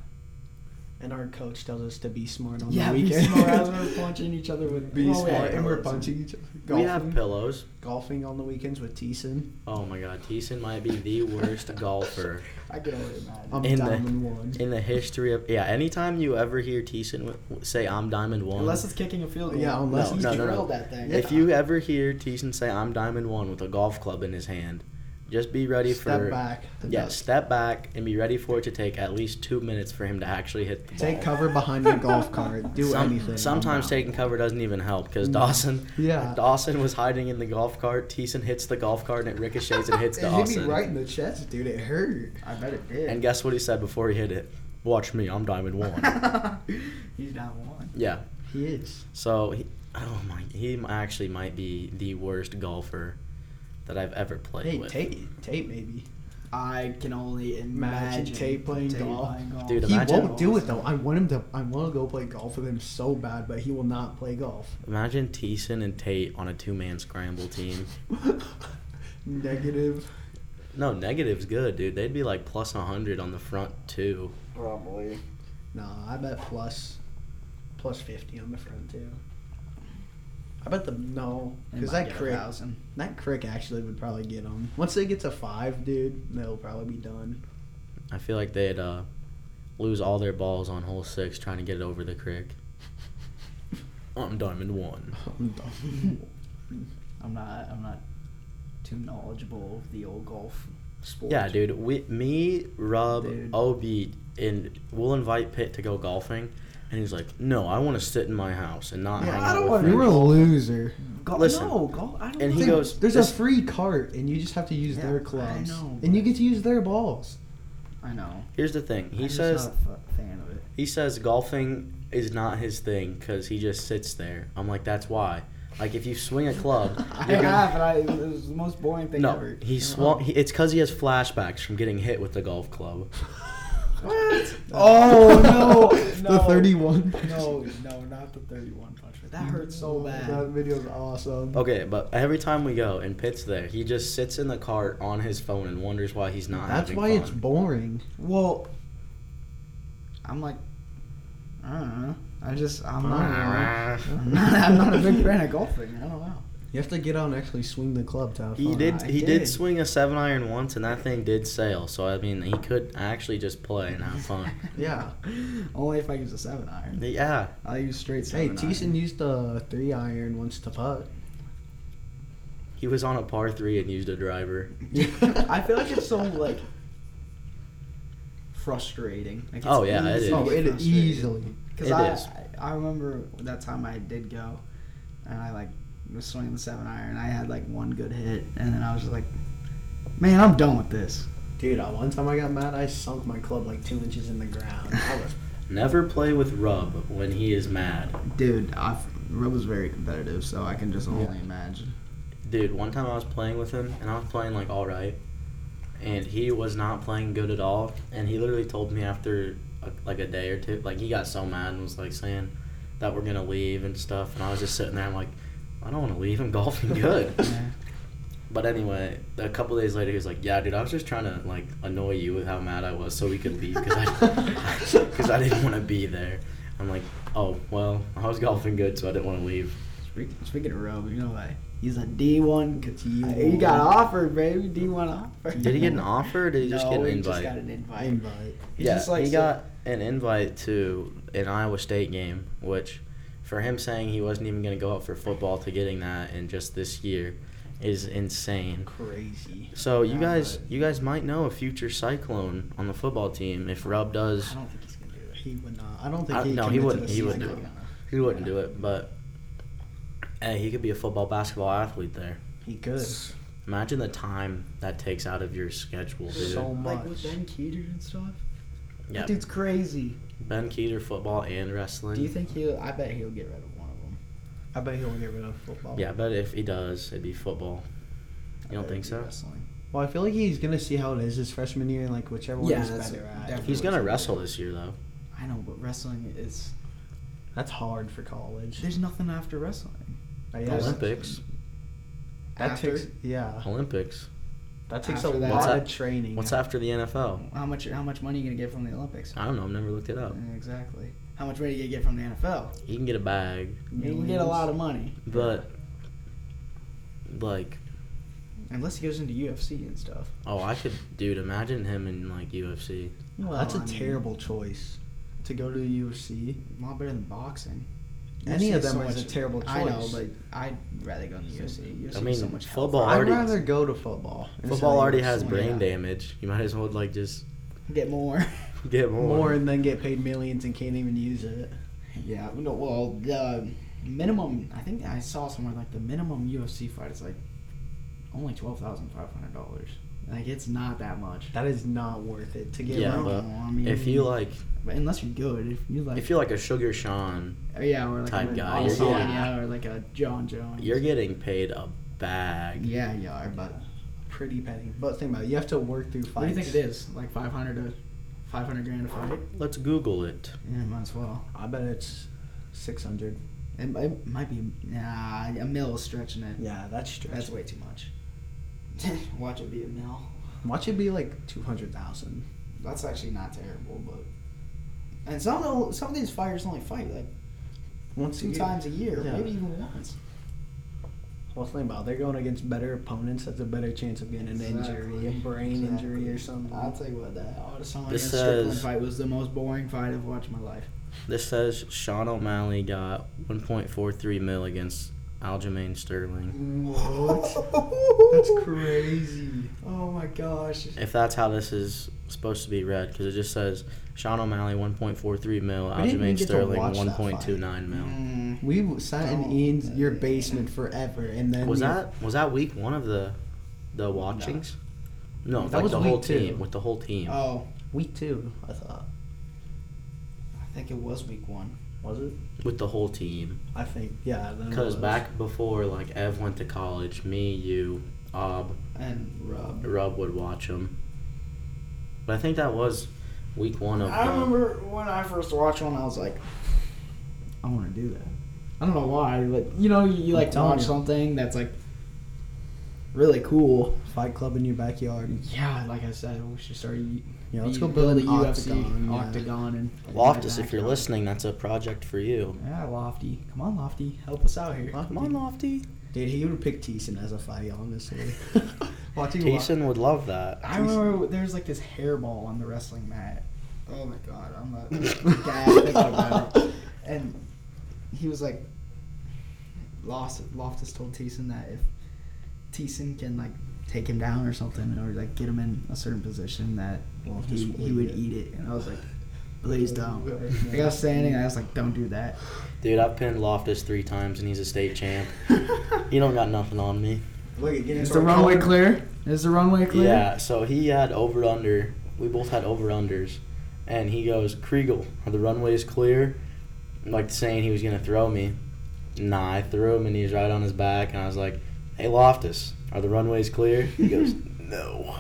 Speaker 3: And our coach tells us to be smart on
Speaker 2: Yeah,
Speaker 3: the
Speaker 2: we
Speaker 3: weekend.
Speaker 2: smart as we were punching each other with Oh,
Speaker 3: be
Speaker 2: well, we had
Speaker 3: smart, Oh, and we're
Speaker 2: pillows.
Speaker 3: punching each other.
Speaker 1: We have pillows.
Speaker 3: golfing on the weekends with Teason.
Speaker 1: Oh my God, Teason might be the worst golfer
Speaker 2: I can only imagine.
Speaker 3: I'm
Speaker 1: In the-
Speaker 3: diamond one.
Speaker 1: in the history of. Yeah, anytime you ever hear Teason w- w- say "I'm Diamond One,"
Speaker 2: unless it's kicking a field goal.
Speaker 3: Yeah, unless
Speaker 1: No,
Speaker 2: he's
Speaker 1: no, no, no.
Speaker 2: drilled that thing.
Speaker 1: if you ever hear Teason say "I'm Diamond One" with a golf club in his hand, just be ready
Speaker 3: Step
Speaker 1: for.
Speaker 3: back.
Speaker 1: Yeah, step back and be ready for it to take at least two minutes for him to actually hit the
Speaker 3: Take
Speaker 1: ball.
Speaker 3: cover behind your golf cart. Do
Speaker 1: Some-
Speaker 3: anything.
Speaker 1: Sometimes taking cover doesn't even help because Dawson,
Speaker 3: Yeah.
Speaker 1: Dawson was hiding in the golf cart. Teason hits the golf cart and it ricochets and hits
Speaker 3: It hit
Speaker 1: Dawson.
Speaker 3: me right in the chest, dude. It hurt.
Speaker 2: I bet it did.
Speaker 1: And guess what he said before he hit it? Watch me, I'm Diamond One.
Speaker 2: he's not one.
Speaker 1: yeah.
Speaker 3: He is.
Speaker 1: So, he, oh my, he actually might be the worst golfer that I've ever played
Speaker 3: Hey,
Speaker 1: with.
Speaker 3: Tate. Tate, maybe.
Speaker 2: I can only
Speaker 3: Imagine
Speaker 2: imagine
Speaker 3: Tate playing golf.
Speaker 1: Dude,
Speaker 3: He
Speaker 1: imagine-
Speaker 3: won't do it though. I want him to. I want to go play golf with him so bad, but he will not play golf.
Speaker 1: Imagine Teason and Tate on a two-man scramble team.
Speaker 3: Negative.
Speaker 1: No, negative's good, dude. They'd be like plus 100 on the front two.
Speaker 2: Probably.
Speaker 3: Nah, I bet plus, plus fifty on the front too. I bet the no, because that crick, that crick actually would probably get him. Once they get to five, dude, they'll probably be done.
Speaker 1: I feel like they'd uh, lose all their balls on hole six trying to get it over the creek. I'm diamond one.
Speaker 3: I'm done.
Speaker 2: I'm not. I'm not too knowledgeable of the old golf sport.
Speaker 1: Yeah, dude. We, me, Rub,
Speaker 2: Dude.
Speaker 1: Ob, and we'll invite Pitt to go golfing, and he's like, "No, I want to sit in my house and not
Speaker 2: Yeah,
Speaker 1: hang
Speaker 2: I
Speaker 1: out
Speaker 2: don't
Speaker 1: with
Speaker 2: wanna-
Speaker 3: You're
Speaker 1: friends."
Speaker 3: a loser.
Speaker 2: Go-
Speaker 1: Listen.
Speaker 2: No, golf. I don't.
Speaker 1: And he
Speaker 2: know.
Speaker 3: Dude,
Speaker 1: goes-
Speaker 3: There's
Speaker 1: this-
Speaker 3: a free cart, and you just have to use
Speaker 2: Yeah,
Speaker 3: their
Speaker 2: I
Speaker 3: clubs,
Speaker 2: know,
Speaker 3: and you
Speaker 2: but-
Speaker 3: get to use their balls.
Speaker 2: I know.
Speaker 1: Here's the thing. He
Speaker 2: I'm just
Speaker 1: says
Speaker 2: not a fu- fan of it.
Speaker 1: he says golfing is not his thing because he just sits there. I'm like, that's why. Like if you swing a club,
Speaker 2: I
Speaker 1: you're gonna.
Speaker 2: have, and I, it was the most boring thing
Speaker 1: No,
Speaker 2: ever.
Speaker 1: he swung. He, it's because he has flashbacks from getting hit with the golf club.
Speaker 2: What?
Speaker 3: Oh, no,
Speaker 2: The
Speaker 3: no.
Speaker 2: 31.
Speaker 3: No, no, not the 31 punch. but
Speaker 2: That hurts so bad.
Speaker 3: That video's awesome.
Speaker 1: Okay, but every time we go and Pitt's there, he just sits in the cart on his phone and wonders why he's not.
Speaker 3: That's
Speaker 1: having
Speaker 3: why
Speaker 1: fun.
Speaker 3: it's boring.
Speaker 2: Well, I'm like, I don't know. I just, I'm not, I'm not, I'm not a big fan of golfing. I don't know.
Speaker 3: You have to get out and actually swing the club to have
Speaker 1: He
Speaker 3: fun.
Speaker 1: did.
Speaker 2: I
Speaker 1: He did.
Speaker 2: did.
Speaker 1: swing a seven iron once, and that thing did sail. So I mean, he could actually just play and have fun.
Speaker 3: Yeah.
Speaker 2: Only if I use a seven iron.
Speaker 1: yeah,
Speaker 2: I use straight
Speaker 3: Hey,
Speaker 2: seven.
Speaker 3: Tyson used the three iron once to putt.
Speaker 1: he was on a par three and used a driver.
Speaker 2: iron. I feel like it's so like frustrating. Like, it's
Speaker 1: Oh, yeah, it
Speaker 2: easy
Speaker 1: is.
Speaker 2: to
Speaker 1: Oh,
Speaker 3: No,
Speaker 2: get
Speaker 3: it
Speaker 2: frustrated.
Speaker 3: easily.
Speaker 2: Because
Speaker 1: It
Speaker 2: I,
Speaker 1: is.
Speaker 2: I remember that time I did go, and I like was swinging the seven iron. I had like one good hit, and then I was just like, "Man, I'm done with this."
Speaker 3: Dude, uh, one time I got mad, I sunk my club like two inches in the ground. I was
Speaker 1: Never play with Rub when he is mad.
Speaker 2: Dude, I Rub was very competitive, so I can just only imagine.
Speaker 1: Dude, one time I was playing with him, and I was playing like all right, and he was not playing good at all. And he literally told me after a, like a day or two, like he got so mad and was like saying that we're gonna leave and stuff. And I was just sitting there, I'm like, I don't want to leave. I'm golfing good.
Speaker 2: Yeah.
Speaker 1: But anyway, a couple days later, he was like, "Yeah, dude, I was just trying to like annoy you with how mad I was, so we could leave because I because I didn't want to be there." I'm like, "Oh well, I was golfing good, so I didn't want to leave."
Speaker 2: Speaking, speaking of Rub, you know what? He's a D one.
Speaker 3: D1.
Speaker 2: He got offered, baby. D one offer.
Speaker 1: Did he get an offer? Or did he just
Speaker 2: No,
Speaker 1: get an
Speaker 2: he
Speaker 1: invite?
Speaker 2: just got an invite.
Speaker 3: invite.
Speaker 2: He
Speaker 1: yeah,
Speaker 2: just, like,
Speaker 1: he
Speaker 2: said-
Speaker 1: got an invite to an Iowa State game, which for him saying he wasn't even going to go out for football to getting that in just this year is insane.
Speaker 3: Crazy.
Speaker 1: So you
Speaker 2: Yeah,
Speaker 1: guys,
Speaker 2: but-
Speaker 1: you guys might know a future Cyclone on the football team if Rub does.
Speaker 2: I don't think he's gonna do it.
Speaker 3: He would not. I don't think
Speaker 1: I-
Speaker 3: he.
Speaker 1: no,
Speaker 3: commit
Speaker 1: he
Speaker 3: to
Speaker 1: wouldn't-
Speaker 3: the
Speaker 1: he
Speaker 3: season.
Speaker 1: wouldn't do it. He wouldn't do it, but hey, he could be a football basketball athlete there.
Speaker 3: He could.
Speaker 1: Imagine the time that takes out of your schedule, dude.
Speaker 3: So much.
Speaker 2: Like with Ben Keeter and stuff.
Speaker 1: yeah,
Speaker 2: That dude's crazy.
Speaker 1: Ben Keeter football and wrestling.
Speaker 2: Do you think he'll? I bet he'll get rid of one of them.
Speaker 3: I bet he'll get rid of football.
Speaker 1: Yeah, but if he does, it'd be football.
Speaker 2: I
Speaker 1: You don't
Speaker 2: bet
Speaker 1: think
Speaker 2: it'll be
Speaker 1: so?
Speaker 2: Wrestling.
Speaker 3: Well, I feel like he's gonna see how it is his freshman year, and like whichever one
Speaker 2: Yeah,
Speaker 3: he's
Speaker 2: that's-
Speaker 3: better at.
Speaker 2: definitely.
Speaker 1: He's gonna wrestle this year though.
Speaker 2: I know, but wrestling is.
Speaker 3: That's hard for college.
Speaker 2: There's nothing after wrestling.
Speaker 3: I guess.
Speaker 2: Olympic.
Speaker 1: Olympics.
Speaker 3: That
Speaker 2: After?
Speaker 3: takes yeah.
Speaker 1: Olympics.
Speaker 3: That takes
Speaker 2: After
Speaker 3: a
Speaker 2: that-
Speaker 3: lot
Speaker 1: What's
Speaker 3: of training.
Speaker 1: What's after the NFL?
Speaker 2: How much? How much money you gonna get from the Olympics?
Speaker 1: I don't know. I've never looked it up.
Speaker 2: Yeah, Exactly. How much money you gonna get from the NFL?
Speaker 1: He can get a bag,
Speaker 2: You can get a lot of money
Speaker 1: but like,
Speaker 2: unless he goes into UFC and stuff.
Speaker 1: oh, I could, dude. Imagine him in like UFC.
Speaker 2: Well,
Speaker 3: That's a
Speaker 2: I mean,
Speaker 3: terrible choice to go to the UFC.
Speaker 2: A lot better than boxing.
Speaker 3: Any
Speaker 2: UFC
Speaker 3: of
Speaker 2: is
Speaker 3: them is a terrible
Speaker 2: I know,
Speaker 3: choice.
Speaker 2: but I'd rather go to the UFC. UFC
Speaker 1: I
Speaker 2: is
Speaker 1: mean,
Speaker 2: so much health.
Speaker 1: football
Speaker 3: I'd
Speaker 1: already.
Speaker 3: rather go to football.
Speaker 1: Football already has
Speaker 2: Yeah.
Speaker 1: brain damage. You might as well like just
Speaker 2: Get more.
Speaker 1: get more.
Speaker 3: more and then get paid millions and can't even use it.
Speaker 2: Yeah, no, well, the minimum, I think I saw somewhere like the minimum UFC fight is like only $12,500. Like, it's not that much.
Speaker 3: That is not worth it to get.
Speaker 1: Yeah,
Speaker 3: around.
Speaker 2: I
Speaker 1: but
Speaker 2: don't know, I mean,
Speaker 1: if you like,
Speaker 2: but unless you're good, if you like,
Speaker 1: if you're like a Sugar Sean,
Speaker 2: or yeah, or like
Speaker 1: type
Speaker 2: an
Speaker 1: guy,
Speaker 3: you're
Speaker 2: Adesanya
Speaker 3: getting-
Speaker 2: or like a John Jones.
Speaker 1: you're getting paid a bag.
Speaker 2: yeah, you are. But
Speaker 3: pretty petty. But think about it, you have to work through fights.
Speaker 2: what do you think it is? Like 500 to 500 grand a fight?
Speaker 1: Let's Google it.
Speaker 2: Yeah, might as well.
Speaker 3: I bet it's six hundred.
Speaker 2: It, it might be nah, a mill is stretching it.
Speaker 3: Yeah, that's stretching.
Speaker 2: That's way too much. Watch it be a mill.
Speaker 3: Watch it be like two hundred thousand.
Speaker 2: That's actually not terrible, but and some of the, some of these fighters only fight like
Speaker 3: Once
Speaker 2: two
Speaker 3: you-
Speaker 2: times a year,
Speaker 3: Yeah.
Speaker 2: maybe even once.
Speaker 3: Well, think about it, they're going against better opponents. That's a better chance of getting an injury, a brain injury, or something.
Speaker 2: I'll tell you what, that Adesanya
Speaker 1: This
Speaker 2: Strickland
Speaker 1: says-
Speaker 2: fight was the most boring fight I've watched in my life.
Speaker 1: This says Sean O'Malley got 1.43 mil against Aljamain Sterling.
Speaker 3: What? That's crazy.
Speaker 2: Oh my gosh!
Speaker 1: If that's how this is supposed to be read, because it just says Sean O'Malley 1.43 mil,
Speaker 3: We didn't even
Speaker 1: Aljamain
Speaker 3: get to
Speaker 1: Sterling
Speaker 3: watch that
Speaker 1: 1.29 mil.
Speaker 2: Mm.
Speaker 3: We sat in
Speaker 2: Don't-
Speaker 3: Ian's your basement forever, and then
Speaker 1: Was
Speaker 3: you-
Speaker 1: that was that week one of the the watchings? No,
Speaker 3: That
Speaker 1: like
Speaker 3: was
Speaker 1: the whole
Speaker 3: week two. Uh,
Speaker 1: team with the whole team.
Speaker 2: Oh,
Speaker 3: week two? I thought
Speaker 2: I think it was week one.
Speaker 3: was it?
Speaker 1: With the whole team.
Speaker 3: I think yeah. then it
Speaker 1: Because
Speaker 3: was.
Speaker 1: back before, like, Ev went to college, me, you, Ob,
Speaker 2: And Rob.
Speaker 1: Rub would watch them. But I think that was, Week one of.
Speaker 2: I
Speaker 1: the-
Speaker 2: remember when I first watched one, I was like, I want to do that. I don't know why, but you know, you, you
Speaker 3: I'm
Speaker 2: like to
Speaker 3: telling
Speaker 2: watch
Speaker 3: you.
Speaker 2: something that's like really cool.
Speaker 3: Fight club in your backyard.
Speaker 2: Yeah, like I said, we should start. u-
Speaker 3: Yeah, let's go
Speaker 2: u-
Speaker 3: build
Speaker 2: a
Speaker 3: an octagon. yeah.
Speaker 2: octagon, and
Speaker 1: Loftus, if you're listening, that's a project for you.
Speaker 2: Yeah, Lofty, come on, Lofty, help us out here.
Speaker 1: Come on, Lofty.
Speaker 3: Dude, he would pick Tyson as a fight, honestly.
Speaker 2: Watch you walk-
Speaker 1: Tayson would love that.
Speaker 2: I remember there was like this hairball on the wrestling mat. Oh my god, I'm not gassed thinking about it. And he was like, lost. Loftus told Tyson that if Tyson can like take him down or something, or like get him in a certain position, that
Speaker 3: Loftus
Speaker 2: he,
Speaker 3: would
Speaker 2: he would
Speaker 3: eat it.
Speaker 2: eat it. And I was like, please don't.
Speaker 3: Yeah.
Speaker 2: Like I was standing, I was like, don't do that.
Speaker 1: Dude, I've pinned Loftus three times and he's a state champ. You don't got nothing on me.
Speaker 3: Look at
Speaker 2: Is the runway clear? Is the runway clear?
Speaker 1: Yeah, so he had over under. We both had over unders. And he goes, Kriegel, are the runways clear? Like saying he was going to throw me. Nah, I threw him and he was right on his back. And I was like, hey, Loftus, are the runways clear? He goes, no.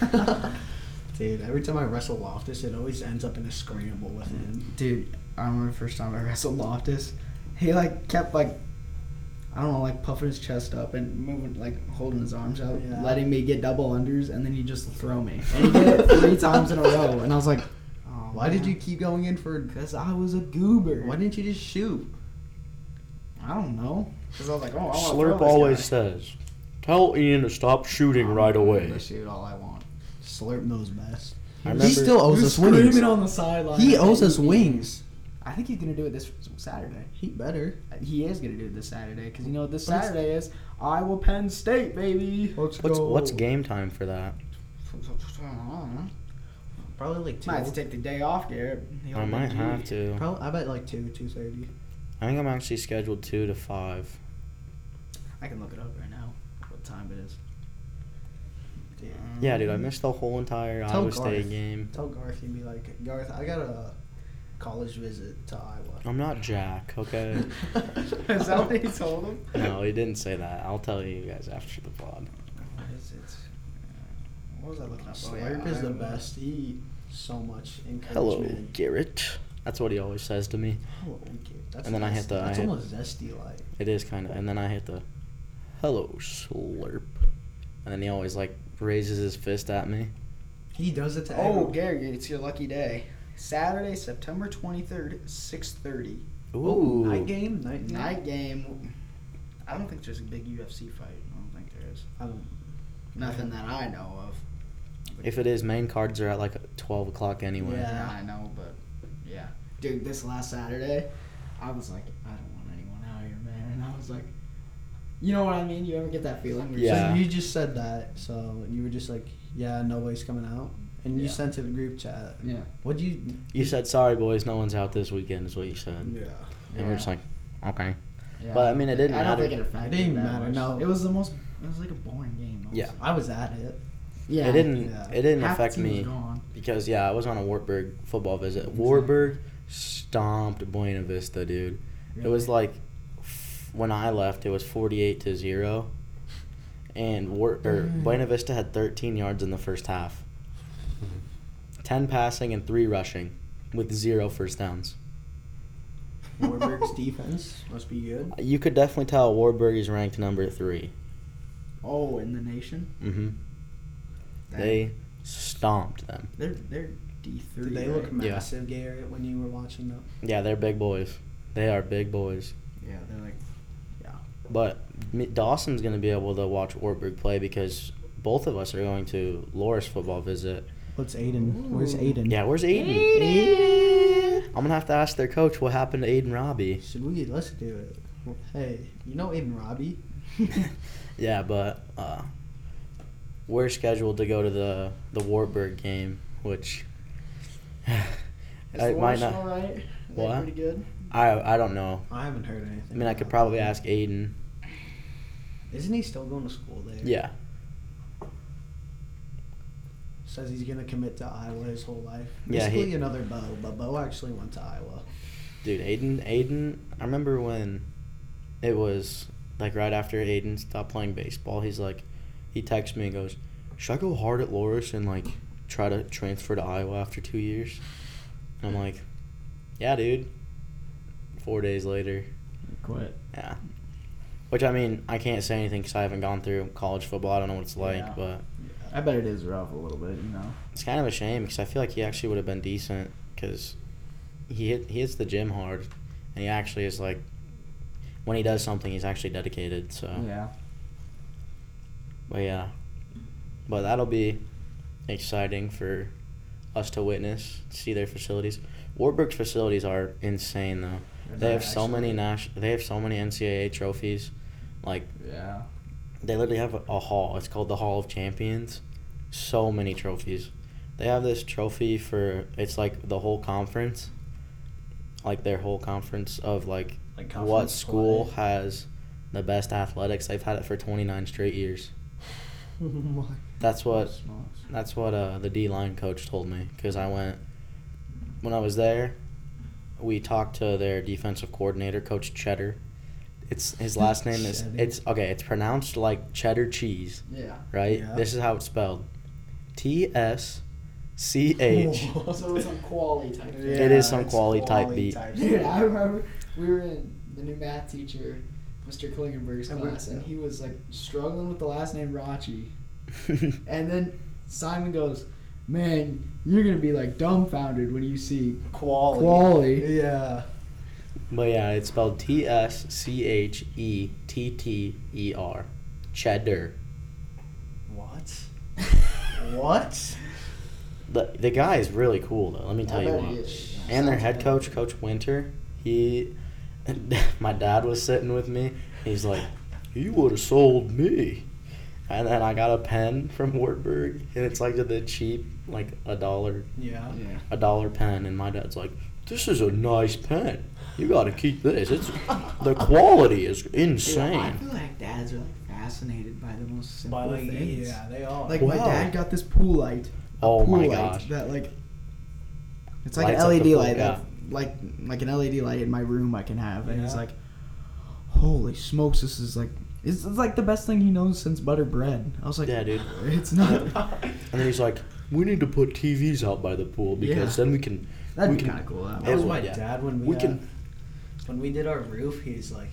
Speaker 3: Dude, every time I wrestle Loftus, it always ends up in a scramble with him.
Speaker 2: Dude, I remember the first time I wrestled Loftus. He like kept like I don't know, like puffing his chest up and moving like holding his arms out,
Speaker 3: Yeah.
Speaker 2: letting me get double unders and then he just throw me. And he did it three times in a row and I was like, oh,
Speaker 3: Why did you keep going in for?
Speaker 2: Cuz I was a goober.
Speaker 3: Why didn't you just shoot?
Speaker 2: I don't know. Cuz I was like, "Oh, I want to
Speaker 1: Slurp always says, tell Ian to stop shooting right away.
Speaker 2: shoot all I want.
Speaker 3: Slurp knows best.
Speaker 1: I
Speaker 3: he
Speaker 1: remember,
Speaker 3: still owes us wings.
Speaker 2: on the sideline.
Speaker 3: He owes us wings.
Speaker 2: I think he's going to do it this Saturday.
Speaker 3: He better.
Speaker 2: He is going to do it this Saturday because you know what this
Speaker 3: But it's-
Speaker 2: Saturday is Iowa Penn State, baby.
Speaker 3: Let's
Speaker 1: what's, what's game time for that?
Speaker 3: Probably like
Speaker 2: Might have to take the day off, Garrett. The
Speaker 1: I
Speaker 2: old
Speaker 1: might
Speaker 2: big
Speaker 1: have
Speaker 2: dude.
Speaker 1: to.
Speaker 3: Probably, I bet like two, two thirty.
Speaker 1: I think I'm actually scheduled two to five.
Speaker 2: I can look it up right now. What time it is?
Speaker 1: Yeah, dude, I missed the whole entire
Speaker 3: Tell
Speaker 1: Iowa State
Speaker 3: Garth.
Speaker 1: game.
Speaker 3: Tell Garth you'd be like, Garth, I got a college visit to Iowa.
Speaker 1: I'm not Jack, okay?
Speaker 2: is that what he told him?
Speaker 1: Uh, no, he didn't say that. I'll tell you guys after the pod.
Speaker 2: What is it? Uh, What was I looking up? Oh, yeah,
Speaker 3: Slurp is the
Speaker 2: Iowa.
Speaker 3: best. He eat so much encouragement.
Speaker 1: Hello, Garrett. That's what he always says to me.
Speaker 3: Hello, kid. That's
Speaker 1: And then I hit
Speaker 3: zesty.
Speaker 1: the- I
Speaker 3: That's
Speaker 1: hit-
Speaker 3: almost zesty like.
Speaker 1: It is kind of. And then I hit the hello slurp. And then he always like raises his fist at me.
Speaker 3: He does it to.
Speaker 2: Oh,
Speaker 3: everyone.
Speaker 2: Garrett, it's your lucky day. Saturday, September 23rd, 6.30.
Speaker 1: Ooh.
Speaker 3: night game, night game.
Speaker 2: Night game. I don't think there's a big UFC fight. I don't think there is.
Speaker 3: I don't-
Speaker 2: Nothing that I know of.
Speaker 1: If it is, main cards are at like 12 o'clock anyway.
Speaker 3: Yeah.
Speaker 2: Yeah, I know, but yeah. Dude, this last Saturday, I was like, I don't want anyone out here, man. And I was like, you know what I mean? You ever get that feeling? where you're
Speaker 1: Yeah.
Speaker 3: So you just said that, so you were just like, "Yeah, nobody's coming out," and you
Speaker 2: Yeah.
Speaker 3: sent to the group chat.
Speaker 2: just- Yeah.
Speaker 3: What do you?
Speaker 1: You said, sorry, boys, no one's out this weekend, is what you said. And we're
Speaker 2: Yeah.
Speaker 1: just like, okay.
Speaker 2: Yeah.
Speaker 1: But I mean, it didn't
Speaker 2: I don't
Speaker 1: matter.
Speaker 2: think it affected.
Speaker 3: It didn't
Speaker 2: that
Speaker 3: matter,
Speaker 2: much.
Speaker 3: no.
Speaker 2: It was the most. It was like a boring game. almost.
Speaker 1: Yeah.
Speaker 3: I was at it.
Speaker 2: Yeah.
Speaker 1: it didn't.
Speaker 3: yeah.
Speaker 1: It didn't
Speaker 2: Half the
Speaker 1: affect
Speaker 2: team was
Speaker 1: me.
Speaker 2: gone.
Speaker 1: Because yeah, I was on a Wartburg football visit. Wartburg stomped Buena Vista, dude. It was like f- when I left, it was forty-eight to zero, and Wart or
Speaker 3: Mm.
Speaker 1: Buena Vista had thirteen yards in the first half, ten passing and three rushing, with zero first downs.
Speaker 3: Warburg's defense must be good.
Speaker 1: You could definitely tell Wartburg is ranked number 3
Speaker 2: Oh, in the nation.
Speaker 1: Mm-hmm. They stomped them.
Speaker 2: They're they're D three.
Speaker 3: Did they look
Speaker 1: Yeah.
Speaker 3: massive, Garrett, when you were watching them?
Speaker 1: Yeah, they're big boys. They are big boys.
Speaker 2: Yeah, they're like.
Speaker 1: But me- Dawson's going to be able to watch Ortberg play because both of us are going to Loris football visit.
Speaker 3: What's Aiden? Where's
Speaker 2: Ooh.
Speaker 3: Aiden?
Speaker 1: Yeah, where's Aiden? I'm going to have to ask their coach what happened to Aiden Robbie.
Speaker 3: Should we? Let's do it. Well, Hey, you know Aiden Robbie?
Speaker 1: Yeah, but uh, we're scheduled to go to the, the Wartburg game, which
Speaker 2: Is
Speaker 1: I
Speaker 2: the
Speaker 1: might
Speaker 2: Warriors
Speaker 1: not.
Speaker 2: all right? Is that
Speaker 1: What?
Speaker 2: Pretty good.
Speaker 1: I, I don't know.
Speaker 3: I haven't heard anything.
Speaker 1: I mean, I could
Speaker 3: about
Speaker 1: probably ask Aiden.
Speaker 3: that. Isn't he still going to school there?
Speaker 1: Yeah.
Speaker 3: Says he's gonna commit to Iowa his whole life.
Speaker 1: Yeah, he-
Speaker 3: Basically another Bo, but Bo actually went to Iowa.
Speaker 1: Dude, Aiden, Aiden, I remember when it was like right after Aiden stopped playing baseball, he's like, he texts me and goes, Should I go hard at Loris and like try to transfer to Iowa after two years. And I'm like, yeah, dude. Four days later,
Speaker 2: Quit.
Speaker 1: yeah. Which I mean, I can't say anything because I haven't gone through college football. I don't know what it's like,
Speaker 2: Yeah.
Speaker 1: but
Speaker 2: I bet it is rough a little bit, you know.
Speaker 1: it's kind of a shame because I feel like he actually would have been decent because he hit, he hits the gym hard, and he actually is like, when he does something, he's actually dedicated. So.
Speaker 2: Yeah.
Speaker 1: But yeah, but that'll be exciting for us to witness, see their facilities. Warburg's facilities are insane though. They have so many national. They have so many NCAA trophies. Like
Speaker 2: Yeah.
Speaker 1: they literally have a hall. It's called the Hall of Champions. So many trophies. They have this trophy for it's like the whole conference, like their whole conference of like
Speaker 2: Like
Speaker 1: what school has the best athletics. They've had it for twenty nine straight years.
Speaker 3: My-
Speaker 1: That's what That's what uh, the D line coach told me because I went when I was there. We talked to their defensive coordinator, Coach Cheddar. It's his last name is
Speaker 3: Cheddar.
Speaker 1: it's okay. It's pronounced like cheddar cheese,
Speaker 2: Yeah.
Speaker 1: right?
Speaker 3: Yeah.
Speaker 1: This is how it's spelled: T S C H.
Speaker 3: Whoa.
Speaker 4: So it's some quality type thing.
Speaker 1: It is some
Speaker 3: it's
Speaker 1: quality type beat.
Speaker 4: Dude, I remember we were in the new math teacher, Mr. Klingenberg's
Speaker 3: And we-
Speaker 4: class, and he was like struggling with the last name Rachi. And then Simon goes, Man, you're gonna be like dumbfounded when you see
Speaker 3: Quality.
Speaker 4: Quality.
Speaker 3: Yeah.
Speaker 1: but yeah, it's spelled T S C H E T T E R, cheddar.
Speaker 3: What? What?
Speaker 1: The the guy is really cool though. Let me tell
Speaker 4: I
Speaker 1: you
Speaker 4: bet
Speaker 1: what.
Speaker 4: he is.
Speaker 1: And their
Speaker 4: Sounds
Speaker 1: head
Speaker 4: like-
Speaker 1: coach, Coach Winter, he, my dad was sitting with me. He's like, "You would have sold me." And then I got a pen from Wartburg, and it's like the cheap, like a dollar,
Speaker 3: Yeah.
Speaker 2: Yeah.
Speaker 1: a dollar pen. And my dad's like, "This is a nice pen. You got to keep this. It's the quality is
Speaker 2: Dude, I
Speaker 1: insane."
Speaker 2: feel like dads are like fascinated by the most simple
Speaker 3: By like,
Speaker 2: things.
Speaker 3: yeah, they are.
Speaker 2: Like my
Speaker 1: Wow.
Speaker 2: dad got this pool light. a
Speaker 1: Oh
Speaker 2: pool
Speaker 1: my
Speaker 2: light
Speaker 1: gosh.
Speaker 2: That like it's like
Speaker 1: Lights
Speaker 2: an
Speaker 1: up the
Speaker 2: LED
Speaker 1: pool,
Speaker 2: light.
Speaker 1: yeah.
Speaker 2: that- Like like an LED light in my room I can have, and he's
Speaker 3: Yeah.
Speaker 2: like, "Holy smokes, this is like." It's, it's like the best thing he knows since butter bread. I was like,
Speaker 1: Yeah, dude.
Speaker 2: It's not.
Speaker 1: And then he's like, "We need to put TVs out by the pool because
Speaker 2: Yeah.
Speaker 1: then we can."
Speaker 2: That'd
Speaker 1: we
Speaker 2: be
Speaker 1: can-
Speaker 2: kind of cool. That
Speaker 1: It
Speaker 3: that was
Speaker 1: would,
Speaker 3: my
Speaker 1: yeah.
Speaker 3: dad when we,
Speaker 1: We
Speaker 3: uh,
Speaker 1: can-
Speaker 3: when we did our roof. He's like,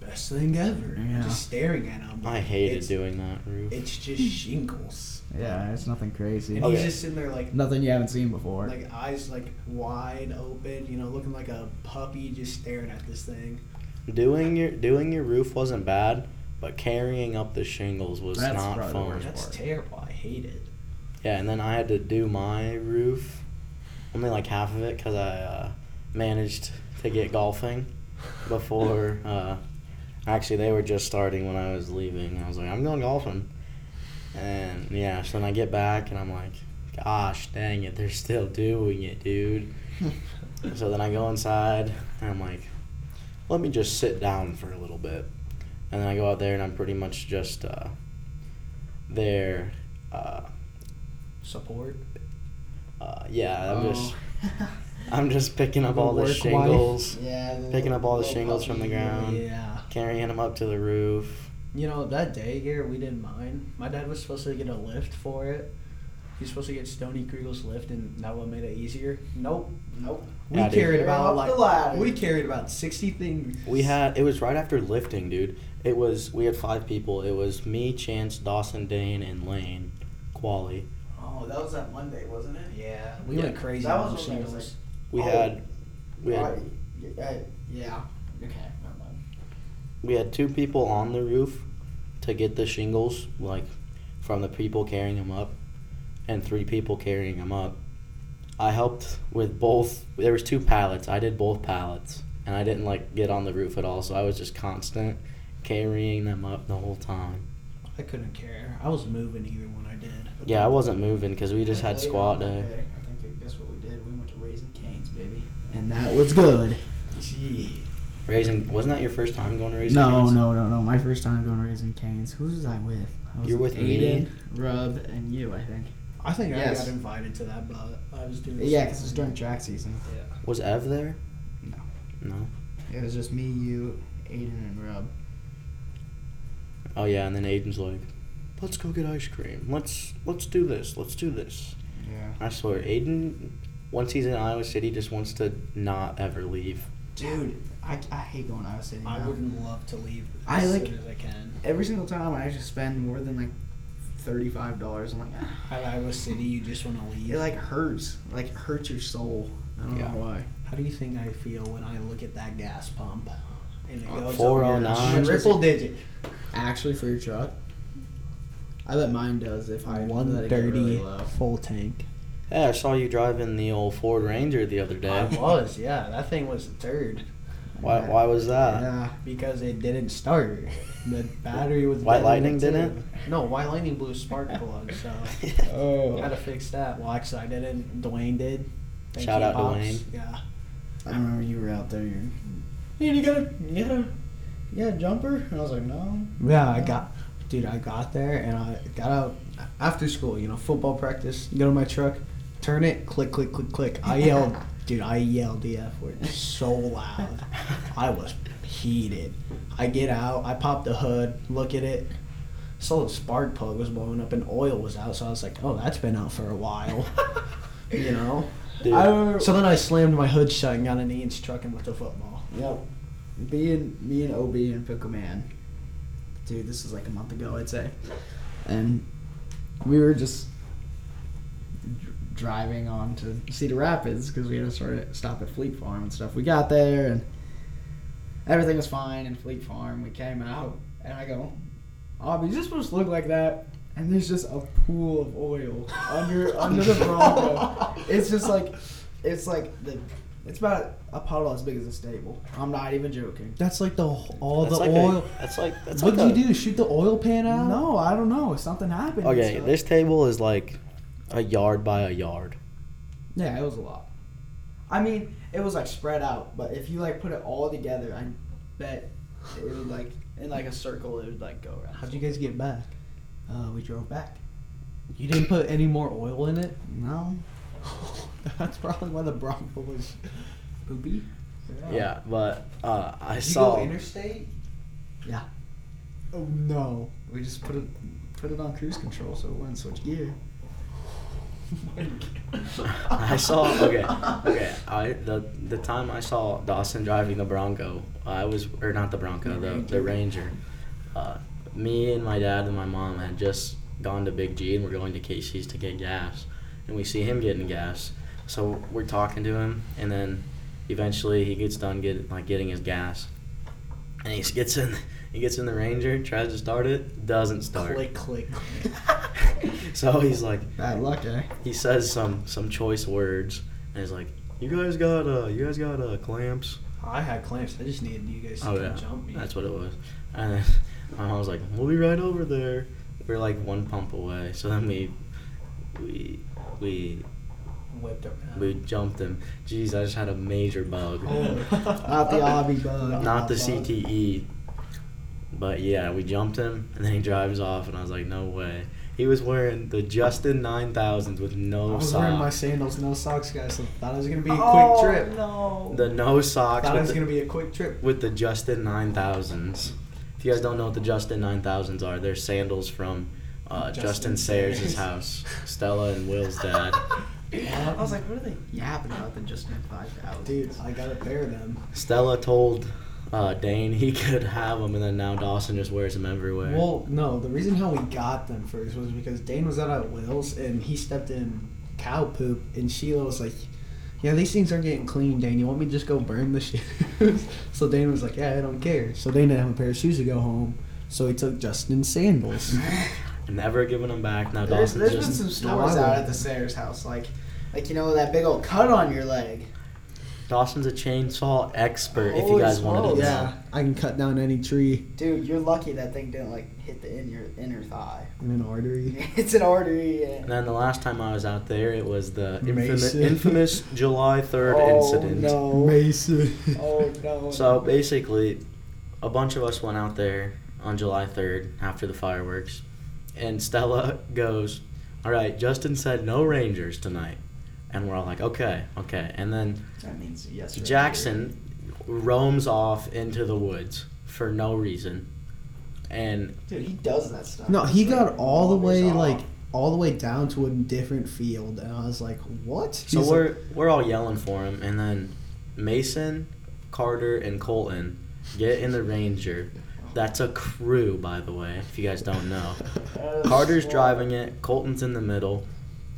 Speaker 3: best thing ever.
Speaker 2: Yeah.
Speaker 3: Just staring at him.
Speaker 1: I hated
Speaker 3: it's,
Speaker 1: doing that roof.
Speaker 3: It's just shingles.
Speaker 2: Yeah, it's nothing crazy.
Speaker 3: And
Speaker 1: Okay.
Speaker 3: he's just sitting there like,
Speaker 2: Nothing you haven't seen before.
Speaker 3: like eyes like wide open, you know, looking like a puppy just staring at this thing.
Speaker 1: Doing your doing your roof wasn't bad, but carrying up the shingles was
Speaker 2: That's
Speaker 1: not
Speaker 2: probably the
Speaker 1: fun.
Speaker 2: worst.
Speaker 3: That's
Speaker 2: part.
Speaker 3: terrible. I hate it.
Speaker 1: Yeah, and then I had to do my roof, only like half of it because I uh, managed to get golfing before. Uh, actually, they were just starting when I was leaving. I was like, I'm going golfing, and yeah. So then I get back and I'm like, gosh, dang it, they're still doing it, dude. so then I go inside and I'm like, let me just sit down for a little bit, and then I go out there and I'm pretty much just uh, there. Uh,
Speaker 3: Support.
Speaker 1: uh, yeah, I'm just
Speaker 4: Oh.
Speaker 1: I'm just picking up
Speaker 2: The
Speaker 1: all the
Speaker 2: work wife.
Speaker 1: shingles,
Speaker 4: yeah. the
Speaker 1: Picking up all the
Speaker 4: little
Speaker 1: shingles from the
Speaker 4: puppy.
Speaker 1: ground. Um,
Speaker 3: yeah.
Speaker 1: carrying them up to the roof.
Speaker 3: You know, that day here, we didn't mind. My dad was supposed to get a lift for it. He's supposed to get Stony Kriegel's lift, and that one made it easier. Nope.
Speaker 4: Nope.
Speaker 3: We
Speaker 1: Yeah, dude.
Speaker 3: carried
Speaker 4: You're
Speaker 3: about
Speaker 4: up the
Speaker 3: like
Speaker 4: ladder.
Speaker 3: we carried about sixty things.
Speaker 1: We had it was right after lifting, dude. It was we had five people. It was me, Chance, Dawson, Dane, and Lane, Quali.
Speaker 4: Oh, that was that Monday, wasn't it?
Speaker 3: Yeah, we
Speaker 1: Yeah.
Speaker 3: went crazy
Speaker 4: That
Speaker 3: on
Speaker 4: was
Speaker 3: those
Speaker 4: when I was
Speaker 3: shingles.
Speaker 1: We
Speaker 4: Oh.
Speaker 1: had we had
Speaker 4: I- I- yeah. Okay. Never mind.
Speaker 1: we had two people on the roof to get the shingles like from the people carrying them up, and three people carrying them up. I helped with both. There was two pallets. I did both pallets, and I didn't like get on the roof at all. So I was just constant carrying them up the whole time.
Speaker 3: I couldn't care. I was moving even when I did.
Speaker 1: Yeah, I wasn't moving because we just
Speaker 4: And
Speaker 1: had
Speaker 4: later
Speaker 1: squat
Speaker 4: on that
Speaker 1: day.
Speaker 4: day, I think I guess what we did. We went to Raising Canes, baby.
Speaker 2: and that was good.
Speaker 3: Gee.
Speaker 1: Raising wasn't that your first time going to raising?
Speaker 2: No,
Speaker 1: Cane's?
Speaker 2: no, no, no. My first time going Raising Canes. Who was I with? I was
Speaker 1: You're with
Speaker 2: Aiden,
Speaker 1: me?
Speaker 2: Rub, and you, I think.
Speaker 3: I think
Speaker 2: Yes.
Speaker 3: I got invited to that, but I was doing.
Speaker 2: Yeah, because it's during track season.
Speaker 3: Yeah.
Speaker 1: Was Ev there?
Speaker 2: No.
Speaker 1: No.
Speaker 2: It was just me, you, Aiden, and Rub.
Speaker 1: Oh yeah, and then Aiden's like, "Let's go get ice cream. Let's let's do this. Let's do this."
Speaker 2: Yeah.
Speaker 1: I swear, Aiden, once he's in Iowa City, just wants to not ever leave.
Speaker 2: Dude, I, I hate going to Iowa City.
Speaker 3: I
Speaker 2: now.
Speaker 3: would love to leave
Speaker 2: I
Speaker 3: as
Speaker 2: like-
Speaker 3: soon as I can.
Speaker 2: Every single time I just spend more than like thirty-five dollars. I'm like, ah,
Speaker 3: At Iowa City, you just want to leave.
Speaker 2: it like hurts. Like it hurts your soul. I don't
Speaker 3: Yeah.
Speaker 2: know why.
Speaker 3: How do you think I feel when I look at that gas pump and it
Speaker 1: Uh,
Speaker 3: goes up
Speaker 1: 409?
Speaker 3: here, triple digit?
Speaker 4: Actually, for your truck, I bet mine does if I let it get really low.
Speaker 3: full tank.
Speaker 1: Hey, I saw you driving the old Ford Ranger the other
Speaker 3: I
Speaker 1: day.
Speaker 3: was, yeah. That thing was the third
Speaker 1: Why, why was that?
Speaker 2: yeah.
Speaker 3: because it didn't start. The battery was.
Speaker 1: White
Speaker 3: dead in
Speaker 1: Lightning
Speaker 3: it, too.
Speaker 1: didn't?
Speaker 3: No, White Lightning blew a spark plug, so
Speaker 4: Oh,
Speaker 3: had to fix that. Well, actually, I didn't. Dwayne did.
Speaker 1: Shout
Speaker 3: you,
Speaker 1: out
Speaker 3: Pops.
Speaker 1: Dwayne.
Speaker 3: Yeah.
Speaker 4: I remember you were out there. You're,
Speaker 3: Dude, you got a you got a you got a jumper? And I was like, no. Yeah, I got, dude, I got there and I got out after school. You know, football practice. Go to my truck, turn it, click, click, click, click. I yelled, dude, I yelled the f word so loud. I was heated. I get out, I pop the hood, look at it. Saw the spark plug was blowing up and oil was out, so I was like, oh, that's been out for a while. you know.
Speaker 1: Dude,
Speaker 4: I remember.
Speaker 3: So then I slammed my hood shut and got in Ian's truck and with the football.
Speaker 4: yep.
Speaker 2: Me and me and Ob and Pickle Man, dude, this is like a month ago, I'd say, and we were just dr- driving on to Cedar Rapids because we had to sort of stop at Fleet Farm and stuff. We got there and everything was fine in Fleet Farm. We came out and I go, Ob, is this supposed to look like that? And there's just a pool of oil under under the Bronco. It's just like it's like the it's about a puddle as big as a stable. I'm not even joking.
Speaker 3: That's like the wh- all
Speaker 1: that's
Speaker 3: the
Speaker 1: like
Speaker 3: oil.
Speaker 1: A, that's like that's
Speaker 3: what
Speaker 1: like
Speaker 3: do
Speaker 1: a-
Speaker 3: you do? Shoot the oil pan out?
Speaker 2: No, I don't know. Something happened. and
Speaker 1: Okay,
Speaker 2: stuff.
Speaker 1: this table is like a yard by a yard.
Speaker 2: Yeah, it was a lot. I mean, it was like spread out, but if you like put it all together, I bet it would like in like a circle, it would like go around.
Speaker 3: How'd you guys get back?
Speaker 2: Uh, we drove back.
Speaker 3: You didn't put any more oil in it.
Speaker 2: No,
Speaker 3: That's probably why the Bronco was.
Speaker 2: poopy.
Speaker 1: Yeah, but uh, I
Speaker 3: Did
Speaker 1: saw.
Speaker 3: you go interstate?
Speaker 2: Yeah.
Speaker 3: Oh no!
Speaker 2: We just put it put it on cruise control so it wouldn't switch gear.
Speaker 1: I saw. Okay, okay. I the the time I saw Dawson driving the Bronco, I was or not the Bronco, the the Ranger. Uh, me and my dad and my mom had just gone to Big G and we're going to Casey's to get gas, and we see him getting gas. So we're talking to him, and then eventually he gets done get like getting his gas, and he gets in. He gets in the Ranger, tries to start it, doesn't start.
Speaker 3: Click click.
Speaker 1: So he's like,
Speaker 2: Bad luck, eh?
Speaker 1: he says some some choice words and he's like you guys got uh you guys got uh clamps
Speaker 3: I had clamps. I just needed you guys to
Speaker 1: oh
Speaker 3: come
Speaker 1: yeah
Speaker 3: jump me.
Speaker 1: that's what it was and then my mom was like we'll be right over there we're like one pump away so then we we we
Speaker 3: Whipped around.
Speaker 1: we jumped him jeez i just had a major bug
Speaker 3: Oh.
Speaker 2: Not the obby bug.
Speaker 1: not the cte but yeah we jumped him and then he drives off and i was like no way he was wearing the justin 9000s with
Speaker 3: I
Speaker 1: no
Speaker 3: was wearing my
Speaker 1: socks
Speaker 3: sandals, no socks, guys. So thought it was gonna be a quick
Speaker 2: Oh,
Speaker 3: trip.
Speaker 2: no.
Speaker 1: the no socks
Speaker 3: Thought it
Speaker 1: with
Speaker 3: was
Speaker 1: the-
Speaker 3: gonna be a quick trip.
Speaker 1: with the Justin 9000s. If you guys don't know what the Justin 9000s are, they're sandals from uh, Justin,
Speaker 3: Justin
Speaker 1: Sayers'
Speaker 3: Sayers.
Speaker 1: house, Stella and Will's dad.
Speaker 2: I was like, what are they yapping about the Justin Five Thousand?
Speaker 3: Dude, I got a pair of them.
Speaker 1: Stella told uh, Dane he could have them, and then now Dawson just wears them everywhere.
Speaker 3: Well, no. The reason how we got them first was because Dane was out at Will's and he stepped in cow poop, and Sheila was like, "Yeah, these things aren't getting clean, Dane. You want me to just go burn the shoes?" so Dane was like, "Yeah, I don't care." So Dane didn't have a pair of shoes to go home, so he took Justin's sandals.
Speaker 1: Never giving them back. Now
Speaker 2: There's,
Speaker 1: Dawson's
Speaker 2: there's
Speaker 1: just.
Speaker 2: been some
Speaker 3: No, I
Speaker 2: stories out
Speaker 3: wouldn't.
Speaker 2: at the Sayers house, like, like you know that big old cut on your leg.
Speaker 1: Dawson's a chainsaw expert. if you
Speaker 2: Holy
Speaker 1: guys wanted to
Speaker 2: smokes.
Speaker 1: know.
Speaker 3: yeah, I can cut down any tree
Speaker 2: Dude, you're lucky that thing didn't like hit the in your inner thigh.
Speaker 3: in an artery.
Speaker 2: It's an artery. Yeah.
Speaker 1: And then the last time I was out there, it was the infamous,
Speaker 3: Mason.
Speaker 1: infamous July 3rd
Speaker 2: oh
Speaker 1: incident.
Speaker 2: no!
Speaker 3: Mason.
Speaker 2: Oh no!
Speaker 1: So basically, a bunch of us went out there on July 3rd after the fireworks, and Stella goes, All right, Justin said no Rangers tonight. And we're all like, Okay, okay. And then
Speaker 2: that means yes. right
Speaker 1: Jackson roams off into the woods for no reason. And
Speaker 2: here. Dude, he does that stuff.
Speaker 3: No, he
Speaker 2: It's like
Speaker 3: got all the
Speaker 2: wanders
Speaker 3: way
Speaker 2: off.
Speaker 3: like all the way down to a different field, and I was like, what?
Speaker 1: So
Speaker 3: He's like,
Speaker 1: we're we're all yelling for him, and then Mason, Carter, and Colton get in the Ranger. That's a crew, by the way, if you guys don't know. Carter's driving it, Colton's in the middle,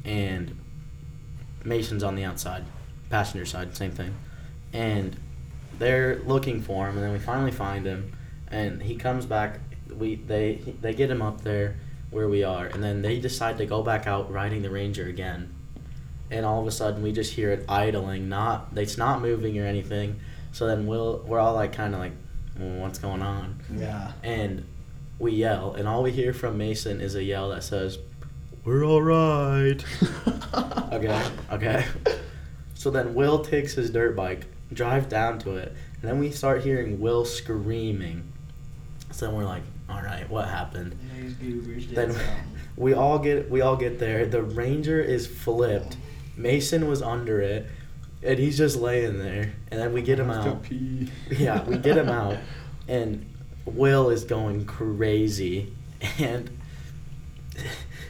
Speaker 1: and Mason's on the outside, passenger side, same thing. And they're looking for him, and then we finally find him, and he comes back. We they they get him up there where we are, and then they decide to go back out riding the Ranger again. And all of a sudden, we just hear it idling. Not it's not moving or anything. So then we'll we're all like kind of like, "Well, what's going on?
Speaker 3: yeah,
Speaker 1: and we yell, and all we hear from Mason is a yell that says, "We're all right." okay, okay. So then Will takes his dirt bike, drive down to it, and then we start hearing Will screaming. So then we're like, "All right, what happened?"
Speaker 2: These goobers did
Speaker 1: Then-
Speaker 2: something.
Speaker 1: We all get we all get there. The ranger is flipped. Mason was under it, and he's just laying there. And then we get him out. Yeah, we get him out, and Will is going crazy, and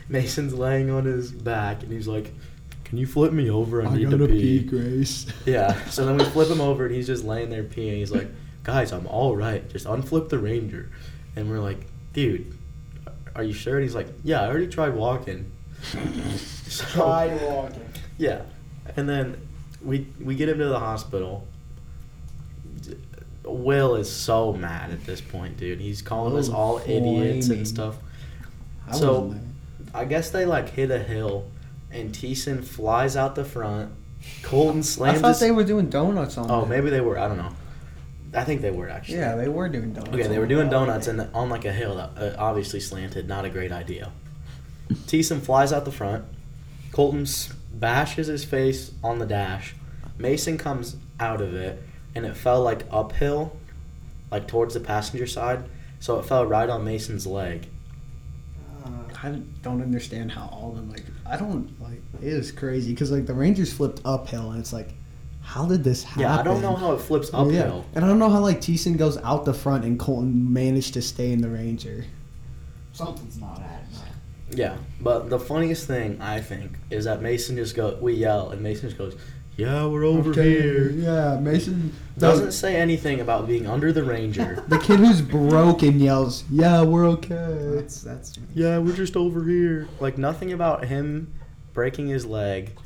Speaker 1: Mason's laying on his back, and he's like, "Can you flip me over? I,
Speaker 3: I
Speaker 1: need
Speaker 3: gotta
Speaker 1: to pee."
Speaker 3: pee, Grace.
Speaker 1: Yeah. So then we flip him over, and he's just laying there peeing. He's like, "Guys, I'm all right. Just unflip the Ranger." And we're like, "Dude, are you sure?" And he's like, "Yeah, I already tried walking." So-
Speaker 4: Tried walking.
Speaker 1: yeah, and then we we get him to the hospital. Will is so mad at this point, dude. He's calling us
Speaker 5: Oh,
Speaker 3: Will
Speaker 1: all idiots
Speaker 3: flaming.
Speaker 1: and stuff.
Speaker 3: I
Speaker 1: So-
Speaker 3: wasn't there.
Speaker 1: I guess they like hit a hill, and Teason flies out the front. Colton
Speaker 5: I
Speaker 1: slams.
Speaker 5: thought
Speaker 1: his-
Speaker 5: they were doing donuts on.
Speaker 1: oh,
Speaker 5: that.
Speaker 1: maybe they were. I don't know. I think they were actually.
Speaker 5: Yeah, they were doing donuts.
Speaker 1: Okay,
Speaker 5: on
Speaker 1: they were
Speaker 5: that.
Speaker 1: doing donuts and on like a hill that uh, obviously slanted. Not a great idea. Teason flies out the front. Colton s- bashes his face on the dash. Mason comes out of it, and it fell like uphill, like towards the passenger side. So it fell right on Mason's leg.
Speaker 3: Uh,
Speaker 5: I don't understand how all of them like. I don't like.
Speaker 3: it is crazy because like the Rangers flipped uphill, and it's like, how did this happen?
Speaker 1: Yeah, I don't know how it flips
Speaker 3: Oh, yeah.
Speaker 1: uphill.
Speaker 3: and I don't know how like Teason goes out the front and Colton managed to stay in the Ranger.
Speaker 2: Something's not adding up.
Speaker 1: Yeah, but the funniest thing I think is that Mason just go. We yell, and Mason just goes, "Yeah, we're over here."
Speaker 3: Yeah, Mason
Speaker 1: Doesn't say anything about being under the ranger.
Speaker 3: The kid who's broken yells, "Yeah, we're okay."
Speaker 2: That's that's me.
Speaker 1: Yeah, we're just over here. Like nothing about him breaking his leg,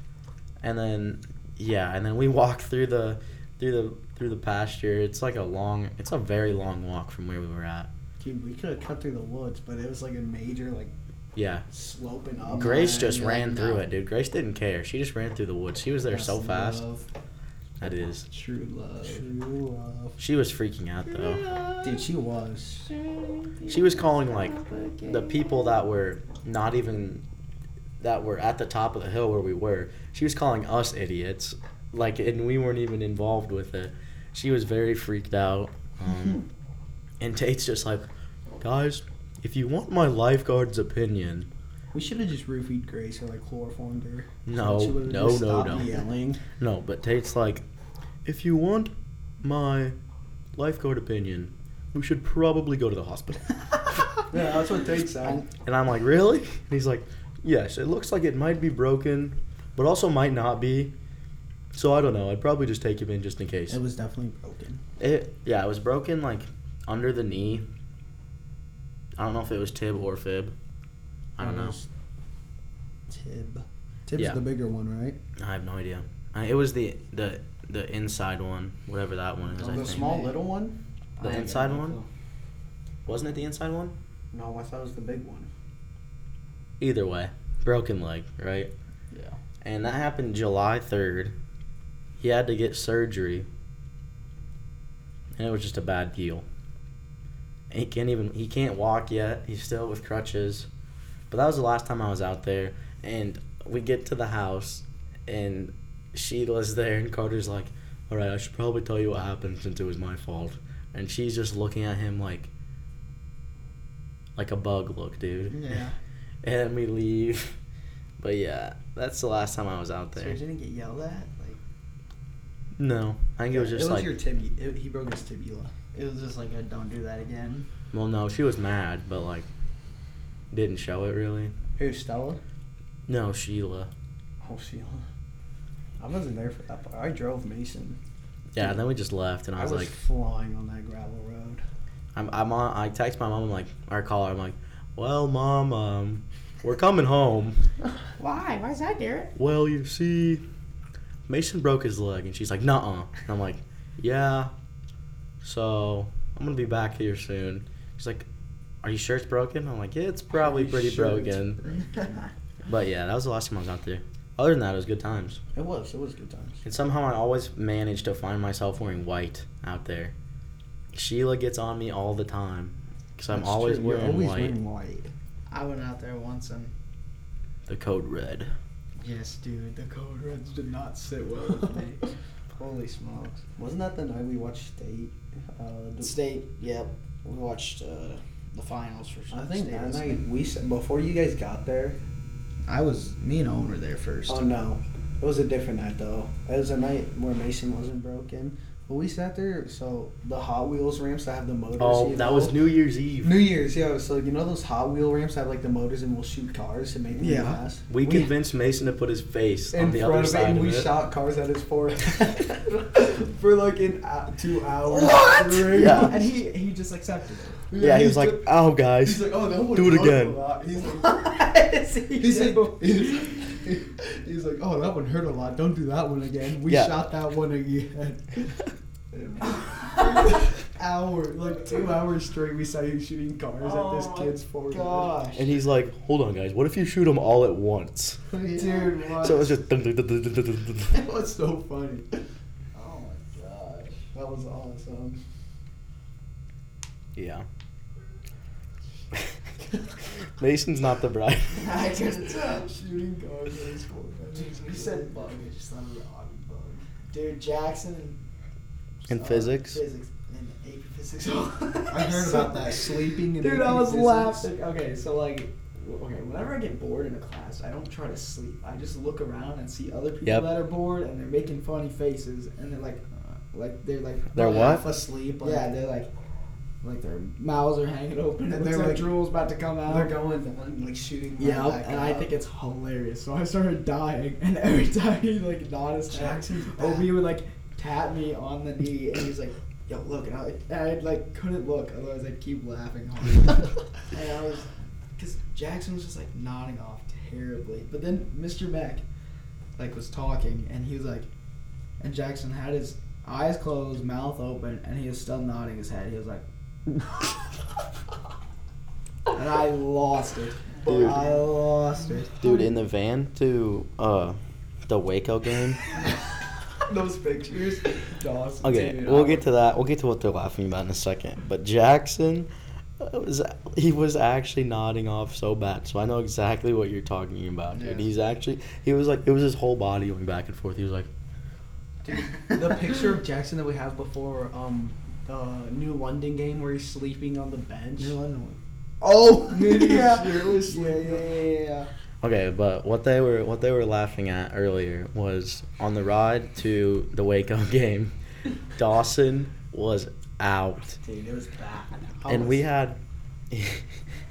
Speaker 1: and then yeah, and then we walk through the through the through the pasture. It's like a long, it's a very long walk from where we were at.
Speaker 3: Dude, we could have cut through the woods, but it was like a major like
Speaker 1: Yeah,
Speaker 3: sloping up.
Speaker 1: Grace
Speaker 3: line.
Speaker 1: just
Speaker 3: Oh, You're
Speaker 1: ran
Speaker 3: like,
Speaker 1: through
Speaker 3: "No."
Speaker 1: it, dude. Grace didn't care. She just ran through the woods. She was there so
Speaker 3: That's
Speaker 1: fast.
Speaker 3: love.
Speaker 1: That is.
Speaker 2: True love.
Speaker 3: True love.
Speaker 1: She was freaking out though.
Speaker 5: Dude, she was.
Speaker 1: She was calling like the people that were not even that were at the top of the hill where we were. She was calling us idiots, like, and we weren't even involved with it. She was very freaked out,
Speaker 3: Hmm.
Speaker 1: um, and Tate's just like, guys, if you want my lifeguard's opinion,
Speaker 3: We should have just roofied Grace or like chloroformed her.
Speaker 1: no,
Speaker 3: She would've
Speaker 1: no,
Speaker 3: just
Speaker 1: no,
Speaker 3: stopped
Speaker 1: no,
Speaker 3: Yelling.
Speaker 1: no. But Tate's like, if you want my lifeguard opinion, we should probably go to the hospital.
Speaker 5: Yeah, that's what they said.
Speaker 1: And I'm like, really? And he's like, yes, it looks like it might be broken, but also might not be. So I don't know. I'd probably just take him in just in case.
Speaker 3: It was definitely broken.
Speaker 1: It, yeah, it was broken like under the knee. I don't know if it was tib or fib. I don't know.
Speaker 5: Mm.
Speaker 3: Tib. Tib's
Speaker 1: Yeah.
Speaker 3: the bigger one, right?
Speaker 1: I have no idea. I, it was the the the inside one, whatever that one is. I
Speaker 5: Oh,
Speaker 3: Oh,
Speaker 5: The
Speaker 1: think.
Speaker 5: small little one?
Speaker 1: The
Speaker 5: I ain't
Speaker 1: inside
Speaker 5: got no
Speaker 1: one?
Speaker 5: clue.
Speaker 1: Wasn't it the inside one?
Speaker 5: No, I thought it was the big one.
Speaker 1: Either way, broken leg, right?
Speaker 5: Yeah.
Speaker 1: And that happened July 3rd. He had to get surgery. And it was just a bad deal. And he can't even he can't walk yet. He's still with crutches. But that was the last time I was out there and we get to the house and Sheila's there and Carter's like, "All right, I should probably tell you what happened since it was my fault." And she's just looking at him like like a bug look, dude.
Speaker 3: Yeah.
Speaker 1: And then we leave. But yeah, that's the last time I was out
Speaker 2: So
Speaker 1: there.
Speaker 2: you didn't get yelled at? Like
Speaker 1: No, I think it was
Speaker 3: it
Speaker 1: just
Speaker 3: was
Speaker 1: like,
Speaker 3: your tibia. It, he broke his tibula.
Speaker 2: it was just like a don't do that again.
Speaker 1: well, no, she was mad, but like, didn't show it really.
Speaker 3: Who, Stella?
Speaker 1: No, Sheila.
Speaker 3: Oh, Sheila. I wasn't there for that part. I drove Mason.
Speaker 1: Yeah, and then we just left, and I was, like,
Speaker 3: flying on that gravel road.
Speaker 1: I'm, I'm on. I text my mom. I'm like, or I call her. I'm like, well, mom, um, we're coming home.
Speaker 3: Why? Why's that, Garrett?
Speaker 1: Well, you see, Mason broke his leg, and she's like, nuh-uh. And I'm like, yeah. So I'm gonna be back here soon. She's like, are you sure it's broken? I'm like, yeah, it's probably pretty broken. But yeah, that was the last time I was out there. Other than that, it was good times.
Speaker 3: It was. It was good times.
Speaker 1: And somehow I always manage to find myself wearing white out there. Sheila gets on me all the time because I'm
Speaker 3: That's
Speaker 1: always
Speaker 3: true. You're
Speaker 1: wearing
Speaker 3: always
Speaker 1: white.
Speaker 3: wearing white.
Speaker 2: I went out there once and
Speaker 1: The code red.
Speaker 2: yes, dude, the code reds did not sit well with me.
Speaker 3: Holy smokes! Wasn't that the night we watched State? Uh, the-
Speaker 2: State, yep. We watched uh, the finals for.
Speaker 3: I think
Speaker 2: state
Speaker 3: that
Speaker 2: this
Speaker 3: night
Speaker 2: week.
Speaker 3: we s- before you guys got there.
Speaker 2: I was me and Owen were there first.
Speaker 3: Oh no, it was a different night though. It was a night where Mason wasn't broken. But we sat there. So the Hot Wheels ramps that have the motors.
Speaker 1: Oh,
Speaker 3: you
Speaker 1: that
Speaker 3: know?
Speaker 1: was New Year's Eve.
Speaker 3: New Year's. Yeah. So you know those Hot Wheel ramps that have like the motors and will shoot cars and make them
Speaker 2: Yeah.
Speaker 3: fast.
Speaker 1: We, convinced Mason to put his face on
Speaker 3: in
Speaker 1: the
Speaker 3: front
Speaker 1: other
Speaker 3: of it,
Speaker 1: side
Speaker 3: and
Speaker 1: of
Speaker 3: we
Speaker 1: it.
Speaker 3: shot cars at his forehead for like an hou- two hours.
Speaker 1: What?
Speaker 3: straight.
Speaker 1: Yeah.
Speaker 2: And he he just accepted it.
Speaker 1: yeah, he was like,
Speaker 3: ju-
Speaker 1: "Oh, guys."
Speaker 3: he's like, oh, that would
Speaker 1: Do it
Speaker 3: work
Speaker 1: again.
Speaker 3: A lot. He's like, he's like, he's like, oh, that one hurt a lot. Don't do that one again. We
Speaker 1: Yeah.
Speaker 3: shot that one again. Hour, like two hours straight. We saw you shooting cars at this
Speaker 2: Oh my
Speaker 3: kid's forehead.
Speaker 2: Oh gosh.
Speaker 1: and he's like, "Hold on, guys. What if you shoot them all at once?"
Speaker 3: dude, what?
Speaker 1: So it was just. dun- dun- dun- dun- dun- dun- dun- dun.
Speaker 3: That was so funny. Oh my gosh, that was awesome.
Speaker 1: yeah. Mason's not the bride.
Speaker 3: I couldn't stop shooting guards at his forehead.
Speaker 2: You said bug,
Speaker 3: I just thought of the odd bug. Dude, Jackson.
Speaker 1: In physics?
Speaker 3: Physics.
Speaker 2: And AP physics.
Speaker 3: I heard about that sleeping in
Speaker 2: Dude, I
Speaker 3: AP
Speaker 2: was
Speaker 3: physics.
Speaker 2: laughing. Okay, so like, w- okay, whenever I get bored in a class, I don't try to sleep. I just look around and see other people
Speaker 1: Yep.
Speaker 2: that are bored and they're making funny faces and they're like, uh, like they're like,
Speaker 1: They're
Speaker 3: Half
Speaker 1: what?
Speaker 3: asleep. Like,
Speaker 2: yeah, they're like, like their mouths are hanging open and
Speaker 3: And
Speaker 2: their
Speaker 3: they're
Speaker 2: like,
Speaker 3: like-
Speaker 2: drool's about to come out.
Speaker 3: They're going and like shooting. right
Speaker 2: Yeah,
Speaker 3: back
Speaker 2: and I
Speaker 3: up.
Speaker 2: think it's hilarious. So I started dying, and every time he like nodded his head,
Speaker 3: Jackson's back.
Speaker 2: Obi would like tap me on the knee, and he's like, "Yo, look!" And I, and I like couldn't look, otherwise I'd keep laughing hard. and I was, because Jackson was just like nodding off terribly. But then Mr. Mack, like, was talking, and he was like, and Jackson had his eyes closed, mouth open, and he was still nodding his head. He was like, and I lost it.
Speaker 1: Dude.
Speaker 2: I um, lost it.
Speaker 1: Dude, in the van to uh, the Waco game.
Speaker 3: those pictures. Dawson,
Speaker 1: Okay,
Speaker 3: dude,
Speaker 1: we'll
Speaker 3: I
Speaker 1: get to that. We'll get to what they're laughing about in a second. But Jackson uh, was he was actually nodding off so bad. So I know exactly what you're talking about, dude.
Speaker 3: Yeah.
Speaker 1: He's actually he was like it was his whole body going back and forth. He was like,
Speaker 3: the picture of Jackson that we have before um the New London game where he's sleeping on the bench.
Speaker 2: New London.
Speaker 3: Oh,
Speaker 2: yeah.
Speaker 3: yeah, yeah, yeah, yeah.
Speaker 1: okay, but what they were what they were laughing at earlier was on the ride to the Waco game. Dawson was out,
Speaker 3: Dude, it was bad. I
Speaker 1: and
Speaker 3: was-
Speaker 1: we had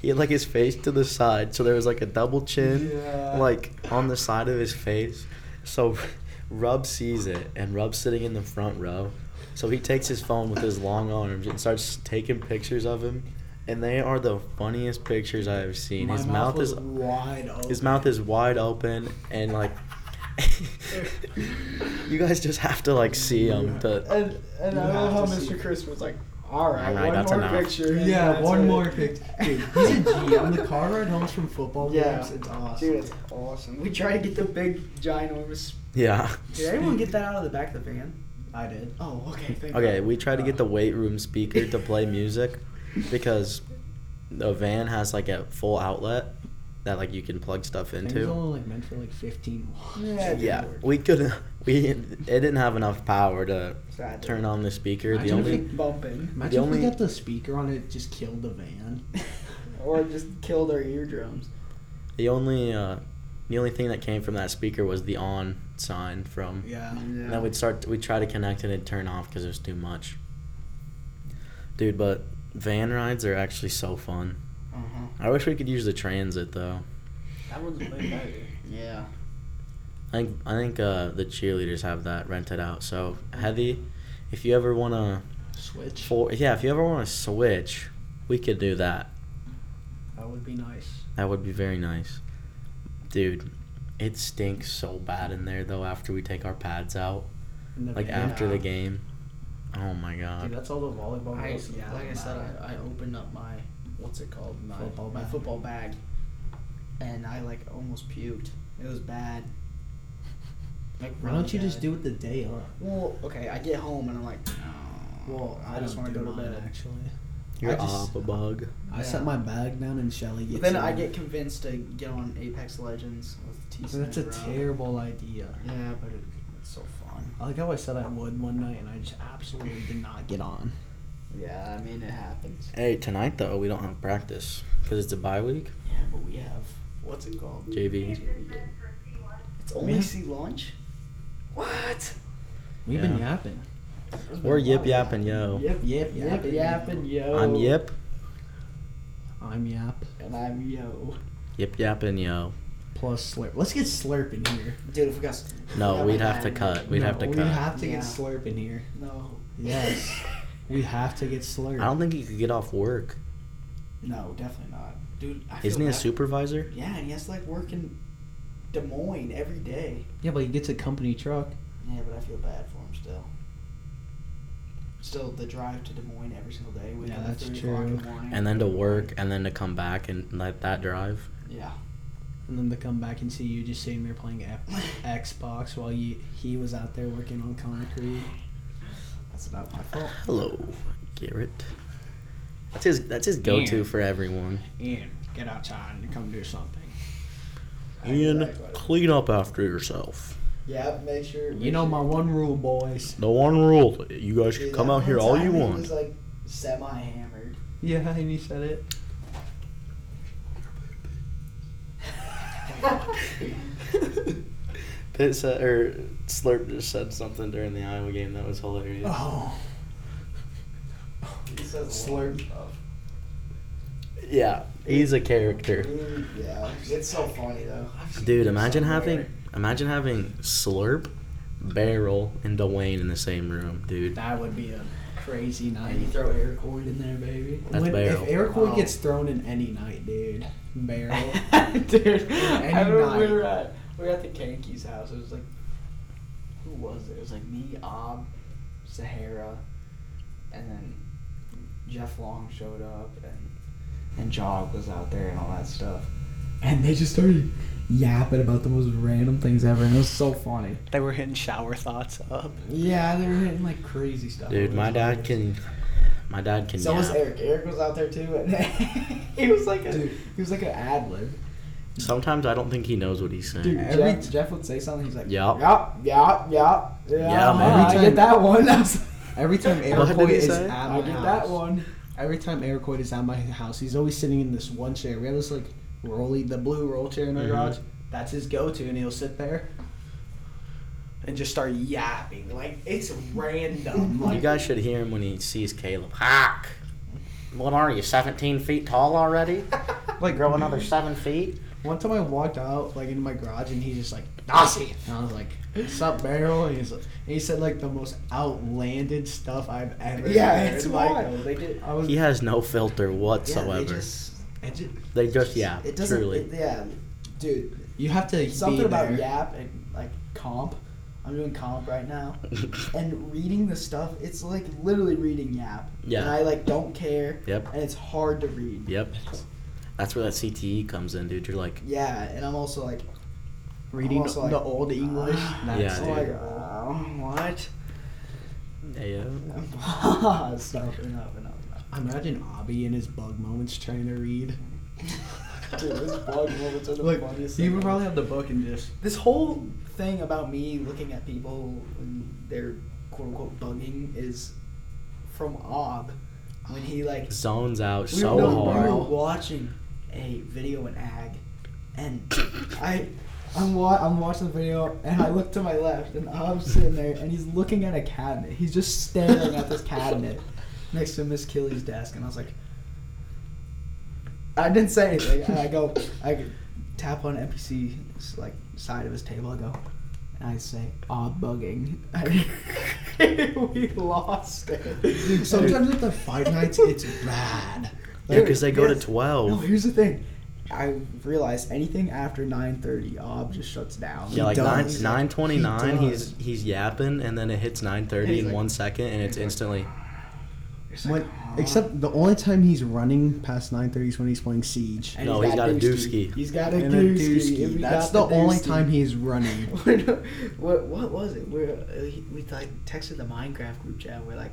Speaker 1: he had like his face to the side, so there was like a double chin.
Speaker 3: yeah.
Speaker 1: like on the side of his face. So Rub sees it, and Rub's sitting in the front row. So he takes his phone with his long arms and starts taking pictures of him, and they are the funniest pictures I have seen.
Speaker 3: My
Speaker 1: his mouth,
Speaker 3: was
Speaker 1: is
Speaker 3: wide open.
Speaker 1: his mouth is wide open and like. you guys just have to like see him to.
Speaker 2: And, and
Speaker 3: You
Speaker 2: I love
Speaker 3: have
Speaker 2: how
Speaker 3: to see
Speaker 2: Mr.
Speaker 3: it.
Speaker 2: Chris was like, all right,
Speaker 1: All right,
Speaker 2: one
Speaker 1: that's
Speaker 2: more
Speaker 1: enough."
Speaker 2: picture. and
Speaker 3: Yeah,
Speaker 2: that's
Speaker 3: one
Speaker 2: it."
Speaker 3: more picture. Dude, he's a G. On the car ride home from football
Speaker 2: Yeah.
Speaker 3: games, it's awesome.
Speaker 2: Dude, it's awesome. We tried to get the big ginormous.
Speaker 1: Yeah.
Speaker 2: Did anyone get that out of the back of the van?
Speaker 3: I did.
Speaker 2: Oh, okay. Thank
Speaker 1: Okay,
Speaker 2: God.
Speaker 1: we tried to get the weight room speaker to play music because the van has like a full outlet that like you can plug stuff
Speaker 3: It
Speaker 1: into.
Speaker 3: was only like meant for like 15 watts.
Speaker 2: Yeah,
Speaker 3: It didn't
Speaker 1: Yeah,
Speaker 3: work.
Speaker 1: we couldn't. We it didn't have enough power to
Speaker 2: Sadly.
Speaker 1: turn on the speaker. The
Speaker 3: Imagine if
Speaker 1: only
Speaker 3: it-
Speaker 2: bumping,
Speaker 3: Imagine
Speaker 1: The
Speaker 3: if
Speaker 1: only-
Speaker 3: we got the speaker on it, just killed the van.
Speaker 2: or just killed our eardrums.
Speaker 1: the only uh, the only thing that came from that speaker was the on sign from.
Speaker 3: Yeah.
Speaker 1: And then we'd start. We'd try to connect and it'd turn off because it was too much. Dude, but van rides are actually so fun.
Speaker 2: Uh huh.
Speaker 1: I wish we could use the transit though.
Speaker 6: That one's way better.
Speaker 2: Yeah.
Speaker 1: I think I think uh, the cheerleaders have that rented out. So Heavy, if you ever wanna
Speaker 2: Switch.
Speaker 1: for yeah, if you ever wanna switch, we could do that.
Speaker 4: That would be nice.
Speaker 1: That would be very nice, dude. It stinks so bad in there though. After we take our pads out,
Speaker 4: In the
Speaker 1: like
Speaker 4: van.
Speaker 1: after the game. Oh my
Speaker 4: Dude,
Speaker 1: god.
Speaker 4: that's all the volleyball.
Speaker 2: I,
Speaker 4: girls
Speaker 2: yeah,
Speaker 4: that
Speaker 2: like I
Speaker 4: play
Speaker 2: said,
Speaker 4: that.
Speaker 2: I, I opened up my what's it called my
Speaker 4: Football
Speaker 2: my
Speaker 4: bag.
Speaker 2: football bag, and I like almost puked. It was bad. Like
Speaker 3: Why don't
Speaker 2: really
Speaker 3: you just
Speaker 2: bad.
Speaker 3: do it the day of?
Speaker 2: Well, okay, I get home and I'm like, well, I, just
Speaker 3: don't
Speaker 2: want to
Speaker 3: do
Speaker 2: go to
Speaker 3: mine,
Speaker 2: bed.
Speaker 3: Actually,
Speaker 1: You're
Speaker 2: I just-
Speaker 1: up a bug.
Speaker 3: I set
Speaker 2: Yeah.
Speaker 3: my bag down and Shelly gets.
Speaker 2: But then
Speaker 3: in.
Speaker 2: I get convinced to get on Apex Legends with T.
Speaker 3: That's a terrible idea.
Speaker 2: Yeah, but it, it's so fun.
Speaker 3: I like how I said I would one night and I just absolutely did not get on.
Speaker 2: Yeah, I mean it happens.
Speaker 1: Hey, tonight though we don't have practice because it's a bye week.
Speaker 2: Yeah, but we have what's it called?
Speaker 1: JV.
Speaker 2: It's only
Speaker 3: Yeah.
Speaker 2: C launch. What?
Speaker 3: We've been yapping.
Speaker 1: We're yip yapping yo.
Speaker 4: Yep, yep, yep,
Speaker 2: Yapping,
Speaker 4: yapping, yo.
Speaker 1: I'm yip
Speaker 3: I'm yap
Speaker 4: And I'm yo.
Speaker 1: yip yapping yo.
Speaker 3: plus slurp. Let's get slurp in here.
Speaker 2: Dude, if we got
Speaker 1: No,
Speaker 2: Yeah,
Speaker 1: we'd
Speaker 2: but
Speaker 1: have to
Speaker 2: then-
Speaker 1: cut. We'd
Speaker 3: No,
Speaker 1: have to
Speaker 3: We
Speaker 1: cut.
Speaker 3: have to
Speaker 2: Yeah.
Speaker 3: get slurp in here.
Speaker 2: no,
Speaker 3: Yes, we have to get slurp.
Speaker 1: I don't think he could get off work.
Speaker 2: no, definitely not, dude. I feel
Speaker 1: Isn't he a
Speaker 2: bad-
Speaker 1: supervisor?
Speaker 2: Yeah, and he has to like work in Des Moines every day.
Speaker 3: yeah, but he gets a company truck.
Speaker 2: Yeah, but I feel bad for him still. Still, the drive to Des Moines every single day. Wake
Speaker 3: Yeah,
Speaker 2: up
Speaker 3: that's
Speaker 2: at three o'clock in the
Speaker 3: true.
Speaker 2: morning.
Speaker 1: And then to work and then to come back and let that drive.
Speaker 2: yeah,
Speaker 3: And then to come back and see you just sitting there playing F- Xbox while you, he was out there working on concrete.
Speaker 2: that's not my fault.
Speaker 1: Hello, Garrett. That's his that's his go to for everyone.
Speaker 3: Ian, get outside and come do something.
Speaker 1: Ian, clean up after yourself.
Speaker 4: Yeah, make sure.
Speaker 3: You know my one rule, boys.
Speaker 1: The one rule you guys can
Speaker 4: Dude,
Speaker 1: come
Speaker 4: that
Speaker 1: out here
Speaker 4: one
Speaker 1: all
Speaker 4: time
Speaker 1: you
Speaker 4: he
Speaker 1: want.
Speaker 4: was like semi hammered.
Speaker 3: Yeah, and he said it.
Speaker 1: Pitt said, or Slurp just said something during the Iowa game that was hilarious.
Speaker 3: Oh,
Speaker 4: He says
Speaker 3: Slurp.
Speaker 1: Yeah, he's a character.
Speaker 4: Yeah, it's so funny though.
Speaker 1: Dude, imagine having imagine having Slurp, Barrel, and Dwayne in the same room, dude.
Speaker 3: that would be a crazy night.
Speaker 4: And you throw air coin in there, baby.
Speaker 1: That's
Speaker 3: When-
Speaker 1: Barrel.
Speaker 3: If Iroquois
Speaker 4: Oh.
Speaker 3: gets thrown in any night, dude, Barrel.
Speaker 4: Dude,
Speaker 3: Any
Speaker 4: I remember
Speaker 3: night.
Speaker 4: we were at we were at the Kanki's house. It was like who was it? It was like me, Ob, Sahara,
Speaker 2: And then Jeff Long showed up, and and Jog was out there and all that stuff.
Speaker 4: and they just started yapping about the most random things ever, and it was so funny.
Speaker 3: they were hitting shower thoughts up.
Speaker 4: Yeah, they were hitting like crazy stuff.
Speaker 1: Dude, my dad can, my dad can.
Speaker 4: So was
Speaker 1: yap.
Speaker 4: Eric. Eric was out there too, and he was like a he was like an ad lib.
Speaker 1: Sometimes I don't think he knows what he's saying.
Speaker 4: Dude,
Speaker 3: Every
Speaker 4: Jeff, Jeff would say something. He's like,
Speaker 1: Yup.
Speaker 4: yup, yup, yup,
Speaker 1: Yeah, man.
Speaker 4: I
Speaker 3: Every time-
Speaker 4: get that one. I, was like,
Speaker 3: Every time
Speaker 1: did
Speaker 3: Iroquois
Speaker 1: he
Speaker 3: is
Speaker 1: say?
Speaker 3: at my
Speaker 4: I get
Speaker 3: house,
Speaker 4: that one.
Speaker 3: every time Iroquois is at my house, he's always sitting in this one chair. We have this like rolly, the blue roll chair in our
Speaker 4: Mm-hmm.
Speaker 1: Mhm.
Speaker 3: garage. That's his go-to, and he'll sit there and just start yapping. Like it's random.
Speaker 1: You
Speaker 3: Like
Speaker 1: guys should hear him when he sees Caleb. Hack! What are you, 17 feet tall already?
Speaker 3: like
Speaker 1: Grow another 7 feet?
Speaker 3: One time I walked out like into my garage, and he's just like Nazi, and I was like, "Sup, Barrel?" And he's like, and he said like the most outlandish stuff I've ever.
Speaker 4: Yeah,
Speaker 3: heard.
Speaker 4: it's
Speaker 3: like,
Speaker 4: wild. They did.
Speaker 3: I was
Speaker 1: He has no filter
Speaker 4: Yeah,
Speaker 1: whatsoever.
Speaker 4: they
Speaker 1: they just,
Speaker 4: just, it just,
Speaker 1: yeah,
Speaker 4: it doesn't.
Speaker 1: truly.
Speaker 4: it- yeah, dude,
Speaker 3: You have to
Speaker 4: something
Speaker 3: be
Speaker 4: about
Speaker 3: there.
Speaker 4: Yap and like comp. I'm doing comp right now, and reading the stuff. It's like literally reading Yap.
Speaker 1: Yeah.
Speaker 4: And I like don't care,
Speaker 1: yep,
Speaker 4: and it's hard to read.
Speaker 1: yep. That's where that CTE comes in, dude. You're like,
Speaker 4: Yeah, and I'm also like,
Speaker 3: reading
Speaker 4: Also, like,
Speaker 3: the old English.
Speaker 1: Yeah,
Speaker 3: That's
Speaker 4: oh
Speaker 1: dude.
Speaker 4: my god, what?
Speaker 1: hey, yo.
Speaker 4: Stop enough, enough, enough.
Speaker 3: Imagine Abby in his bug moments trying to read.
Speaker 4: Dude, this bug moments are the
Speaker 3: Like,
Speaker 4: funniest
Speaker 3: He
Speaker 4: thing
Speaker 3: would
Speaker 4: ever.
Speaker 3: probably have the book and just.
Speaker 4: This whole thing about me looking at people and their quote unquote bugging is from Ob when he like
Speaker 1: zones out
Speaker 4: we
Speaker 1: so
Speaker 4: were, no,
Speaker 1: hard.
Speaker 4: We were watching a video in Ag, and I. I'm, wa- I'm watching the video and I look to my left and I'm sitting there and he's looking at a cabinet. He's just staring at this cabinet next to Miss Killy's desk and I was like, I didn't say anything. And I go, I tap on NPC's like side of his table. I go, and I say, "Ah, bugging." we lost it.
Speaker 3: Sometimes at the fight nights, it's bad.
Speaker 1: Yeah, because they go to
Speaker 4: Yes. No,
Speaker 1: twelve.
Speaker 4: here's the thing. I realized anything after nine thirty, Ob just shuts down.
Speaker 1: yeah, like
Speaker 3: does.
Speaker 1: nine
Speaker 3: He's like,
Speaker 1: nine twenty nine.
Speaker 3: he
Speaker 1: He's he's yapping, and then it hits nine thirty
Speaker 4: He's
Speaker 1: in
Speaker 4: like-
Speaker 1: one second, and it's
Speaker 4: he's like-
Speaker 1: instantly.
Speaker 4: It's
Speaker 3: When,
Speaker 4: like, "Huh?"
Speaker 3: except the only time he's running past 9:30 is when he's playing Siege.
Speaker 4: And
Speaker 1: No, he's got a
Speaker 4: dooski.
Speaker 1: dooski.
Speaker 4: He's got a
Speaker 3: And a
Speaker 4: dooski.
Speaker 3: Dusky.
Speaker 4: We
Speaker 3: That's the
Speaker 4: got
Speaker 3: only
Speaker 4: dooski.
Speaker 3: time he's running.
Speaker 4: what what was it? We're, uh, he- we like texted the Minecraft group chat. We're like,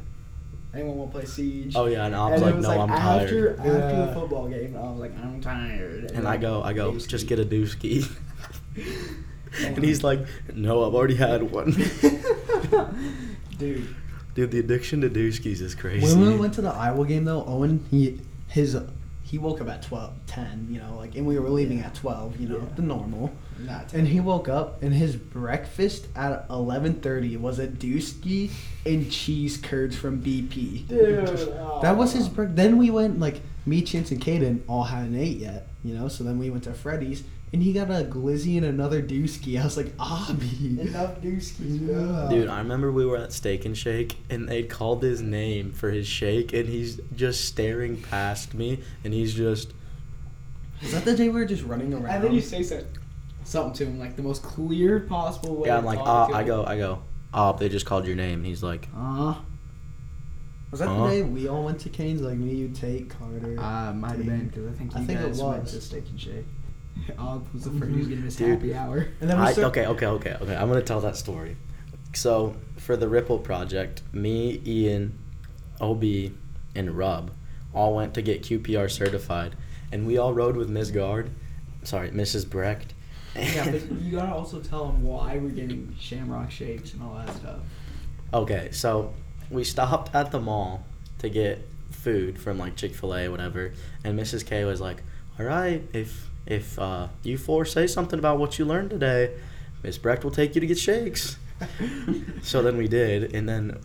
Speaker 4: anyone want to play Siege?
Speaker 1: Oh yeah, and
Speaker 4: and
Speaker 1: Ob's
Speaker 4: it
Speaker 1: like,
Speaker 4: was
Speaker 1: no,
Speaker 4: like
Speaker 1: I'm tired.
Speaker 4: after after the
Speaker 3: Yeah.
Speaker 4: football game, I was like, I'm tired.
Speaker 1: And I go, I go,
Speaker 4: Dooski.
Speaker 1: just get a dooski. and he's like, no, I've already had one.
Speaker 4: Dude,
Speaker 1: Dude, the addiction to dooskies is crazy.
Speaker 3: When we went to the Iowa game though, Owen he his he woke up at 12, 10, you know, like, and we were leaving at twelve, you know,
Speaker 4: Yeah.
Speaker 3: the normal.
Speaker 4: not
Speaker 3: And he woke up, and his breakfast at eleven thirty was a dooski and cheese curds from BP.
Speaker 4: dude.
Speaker 3: That was his break. Then we went like me, Chance, and Caden all hadn't ate yet, you know. So then we went to Freddy's, and he got a glizzy and another dooski. I was like, "Ah, Obby.
Speaker 4: uh, enough dooskies, bro.
Speaker 3: Yeah.
Speaker 1: Dude, I remember we were at Steak and Shake and they called his name for his shake and he's just staring past me and he's just
Speaker 3: Was that the day we were just running around?
Speaker 4: And then you say so, something to him, like the most clear possible way.
Speaker 1: Yeah,
Speaker 4: to
Speaker 1: I'm like,
Speaker 4: talk
Speaker 1: ah
Speaker 4: to
Speaker 1: I
Speaker 4: him.
Speaker 1: go, I go, ah they just called your name and he's like
Speaker 4: Uh,
Speaker 3: was that
Speaker 1: Huh?
Speaker 3: the day we all went to Canes? Like me, you, Tate, Carter.
Speaker 4: uh might have been because I think
Speaker 3: I
Speaker 4: you
Speaker 3: think it
Speaker 4: guys went
Speaker 3: was.
Speaker 4: to Steak and Shake. Ob was the first
Speaker 1: Mm-hmm.
Speaker 4: who was getting his happy hour.
Speaker 3: and then we
Speaker 1: I,
Speaker 3: start-
Speaker 1: okay, okay, okay, okay. I'm gonna tell that story. So for the Ripple project, me, Ian, Ob, and Rub all went to get QPR certified, and we all rode with Ms. Guard, sorry, Mrs. Brecht.
Speaker 4: yeah, but you gotta also tell him why we're getting shamrock shapes and all that stuff.
Speaker 1: Okay, so we stopped at the mall to get food from like Chick Fil A, whatever, and Mrs. K was like, "All right, if if uh, you four say something about what you learned today, Miss Brecht will take you to get shakes." so then we did, and then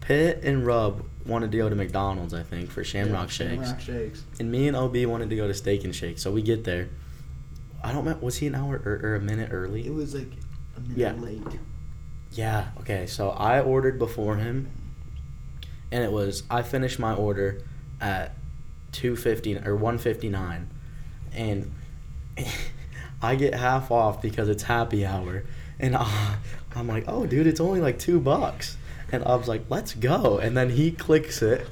Speaker 1: Pitt and Rub wanted to go to McDonald's, I think, for Shamrock Shakes,
Speaker 4: Shamrock shakes.
Speaker 1: and me and Ob wanted to go to Steak and Shake. So we get there. I don't know. Was he an hour or, or a minute early?
Speaker 4: It was like a minute
Speaker 1: Yeah.
Speaker 4: late.
Speaker 1: Yeah, okay. So I ordered before him and it was I finished my order at 250 or 159 and I get half off because it's happy hour and I, I'm like, "Oh, dude, it's only like 2 bucks." And I was like, "Let's go." And then he clicks it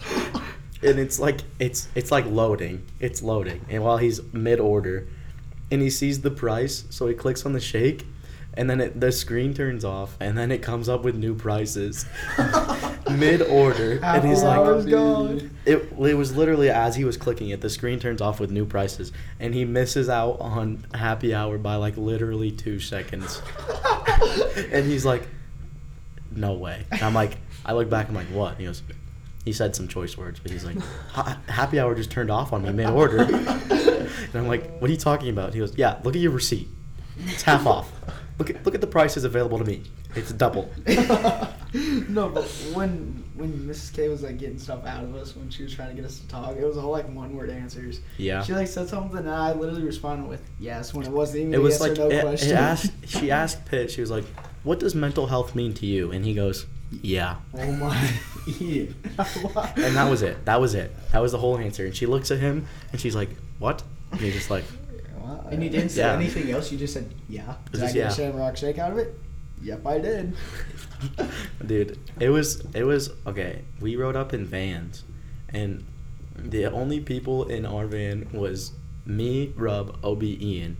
Speaker 1: and it's like it's it's like loading. It's loading. And while he's mid-order and he sees the price, so he clicks on the shake and then it, the screen turns off, and then it comes up with new prices mid order, and he's like, it, it was literally as he was clicking it, the screen turns off with new prices, and he misses out on happy hour by like literally two seconds, and he's like, no way. And I'm like, I look back, I'm like, what? And he goes, he said some choice words, but he's like, "Ha- happy hour just turned off on me mid order, and I'm like, what are you talking about? He goes, yeah, look at your receipt. It's half off. Look at look at the prices available to me. It's double.
Speaker 4: no, but when when Mrs. K was like getting stuff out of us when she was trying to get us to talk, it was all like one word answers.
Speaker 1: Yeah.
Speaker 4: She like said something and I literally responded with yes when it wasn't even
Speaker 1: It
Speaker 4: a
Speaker 1: was
Speaker 4: yes
Speaker 1: like
Speaker 4: or no
Speaker 1: it, it
Speaker 4: question.
Speaker 1: asked she asked Pitt, she was like, What does mental health mean to you? And he goes, Yeah.
Speaker 4: oh my. and
Speaker 1: And that was it. That was it. That was the whole answer. And she looks at him and she's like, What? And he's just like
Speaker 3: and you didn't say
Speaker 1: Yeah.
Speaker 3: anything else. You just said, "Yeah."
Speaker 1: this
Speaker 4: Did I
Speaker 1: is-
Speaker 4: get a
Speaker 1: yeah.
Speaker 4: shamrock shake out of it? Yep, I did.
Speaker 1: Dude, it was it was okay, we rode up in vans and the only people in our van was me, Rub, Ob Ian,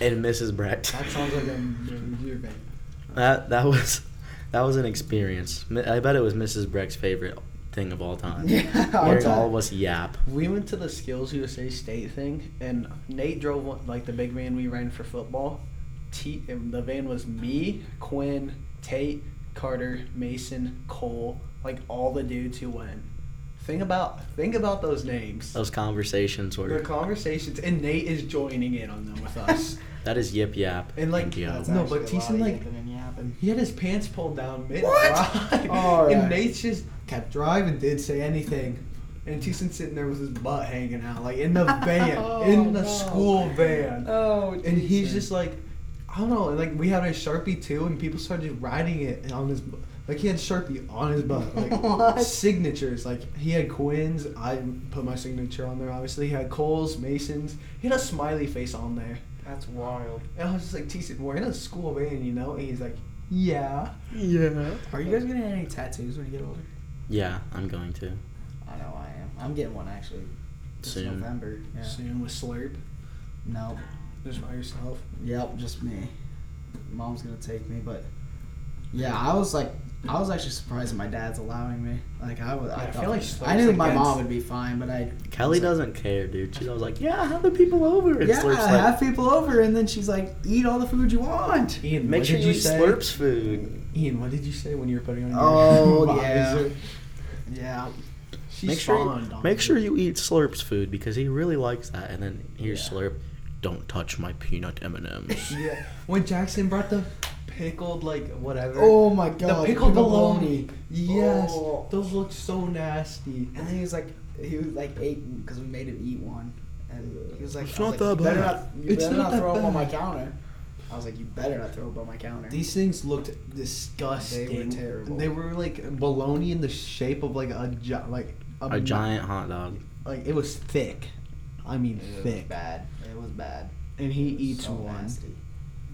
Speaker 1: and Mrs. Brecht.
Speaker 3: That sounds like a your band.
Speaker 1: That that was that was an experience. Mi- I bet it was Mrs. Breck's favorite thing of all time.
Speaker 4: Yeah,
Speaker 1: Hearing
Speaker 3: time.
Speaker 1: all of us yap.
Speaker 3: We went to the Skills USA State thing, and Nate drove one, like the big van we ran for football. T- and the van was me, Quinn, Tate, Carter, Mason, Cole, like all the dudes who went. Think about think about those names.
Speaker 1: Those conversations
Speaker 3: The
Speaker 1: were
Speaker 3: conversations, and Nate is joining in on them with us.
Speaker 1: that is yip yap.
Speaker 3: And, like,
Speaker 1: yo.
Speaker 3: that's No, but Tyson, like-
Speaker 4: happened.
Speaker 3: he had his pants pulled down mid
Speaker 4: What?
Speaker 3: drive,
Speaker 4: All right.
Speaker 3: and Nate just kept driving, didn't say anything. and Houston's sitting there with his butt hanging out, like in the van, in the
Speaker 4: Oh, no.
Speaker 3: school van.
Speaker 4: Oh,
Speaker 3: And he's just like, I don't know. and, Like we had a sharpie too, and people started writing it on his, bu- like he had sharpie on his butt, like
Speaker 4: What?
Speaker 3: signatures. Like he had Quinn's. I put my signature on there. Obviously, he had Cole's, Mason's. He had a smiley face on there.
Speaker 4: that's wild.
Speaker 3: And I was just like, Houston, we're in a school van, you know? And he's like, Yeah.
Speaker 7: Yeah.
Speaker 4: Are you guys gonna get any tattoos when you get older?
Speaker 1: Yeah, I'm going to.
Speaker 4: I know I am. I'm getting one actually.
Speaker 1: Mm.
Speaker 4: This
Speaker 1: Soon.
Speaker 4: November. Yeah.
Speaker 3: Soon with Slurp,
Speaker 4: No.
Speaker 3: just by yourself.
Speaker 4: Yep, just me. Mom's gonna take me, but yeah, I was like, I was actually surprised that my dad's allowing me. Like I was, I,
Speaker 3: Yeah, I
Speaker 4: thought,
Speaker 3: feel like
Speaker 4: I knew
Speaker 3: Slurp's
Speaker 4: my
Speaker 3: against-
Speaker 4: mom would be fine, but I
Speaker 1: Kelly doesn't care, dude. She's always like, yeah, have the people over. And
Speaker 4: yeah,
Speaker 1: Slurp's like,
Speaker 4: have people over, and then she's like, eat all the food you want.
Speaker 3: Ian,
Speaker 1: make
Speaker 3: what
Speaker 1: sure
Speaker 3: did
Speaker 1: you eat
Speaker 3: say?
Speaker 1: Slurp's food.
Speaker 3: Ian, what did you say when you were putting on your
Speaker 4: Oh,
Speaker 3: visor?
Speaker 4: Yeah,
Speaker 3: She's
Speaker 1: make sure,
Speaker 3: fond on
Speaker 1: make
Speaker 3: it.
Speaker 1: sure you eat Slurp's food because he really likes that. And then here's
Speaker 4: Yeah.
Speaker 1: Slurp, don't touch my peanut M&Ms.
Speaker 3: Yeah. When Jackson brought the pickled like whatever.
Speaker 4: Oh my god,
Speaker 3: the pickled bologna.
Speaker 4: bologna.
Speaker 3: Yes.
Speaker 4: Oh.
Speaker 3: Those look so nasty.
Speaker 4: and then he was like, he was like ate because we made him eat one, and he was like,
Speaker 1: It's
Speaker 4: I was
Speaker 1: not that
Speaker 4: like, you better
Speaker 1: bad.
Speaker 4: not, you
Speaker 3: It's
Speaker 4: better
Speaker 3: not
Speaker 4: not,
Speaker 3: that
Speaker 4: throw up
Speaker 3: bad."
Speaker 4: on my counter. I was like, you better not throw up on my counter.
Speaker 3: These things looked disgusting.
Speaker 4: They were terrible.
Speaker 3: They were like bologna in the shape of like a gi- like
Speaker 1: A giant hot dog.
Speaker 3: Like it was thick. I mean
Speaker 4: it was
Speaker 3: thick.
Speaker 4: bad. It was bad.
Speaker 3: And he
Speaker 4: It was
Speaker 3: eats
Speaker 4: so
Speaker 3: one.
Speaker 4: nasty.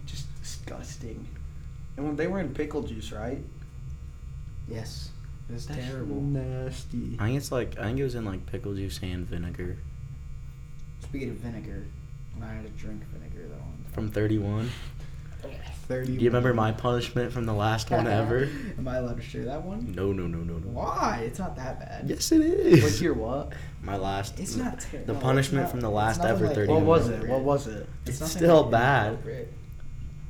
Speaker 3: Just disgusting. And when they were in pickle juice, right?
Speaker 4: Yes, it was
Speaker 3: That's
Speaker 4: terrible.
Speaker 3: Nasty.
Speaker 1: I think it's like, I think it was in like pickle juice and vinegar
Speaker 4: Speaking of vinegar, I had to drink vinegar that one.
Speaker 1: from 31.
Speaker 3: Thirty.
Speaker 1: Do you remember my punishment from the last one ever?
Speaker 4: Am I allowed to share that one?
Speaker 1: No, no, no, no, no.
Speaker 4: Why? It's not that bad.
Speaker 1: Yes, it is.
Speaker 3: What's your what?
Speaker 1: My last.
Speaker 4: It's not terrible.
Speaker 1: The
Speaker 4: No,
Speaker 1: punishment
Speaker 4: it's
Speaker 1: from
Speaker 4: not-
Speaker 1: the last
Speaker 4: it's nothing
Speaker 1: ever
Speaker 4: like-
Speaker 1: 30
Speaker 3: What
Speaker 1: What
Speaker 3: was
Speaker 1: was
Speaker 3: it? What was it?
Speaker 1: It's
Speaker 4: nothing
Speaker 1: still
Speaker 4: like
Speaker 1: bad.
Speaker 4: inappropriate.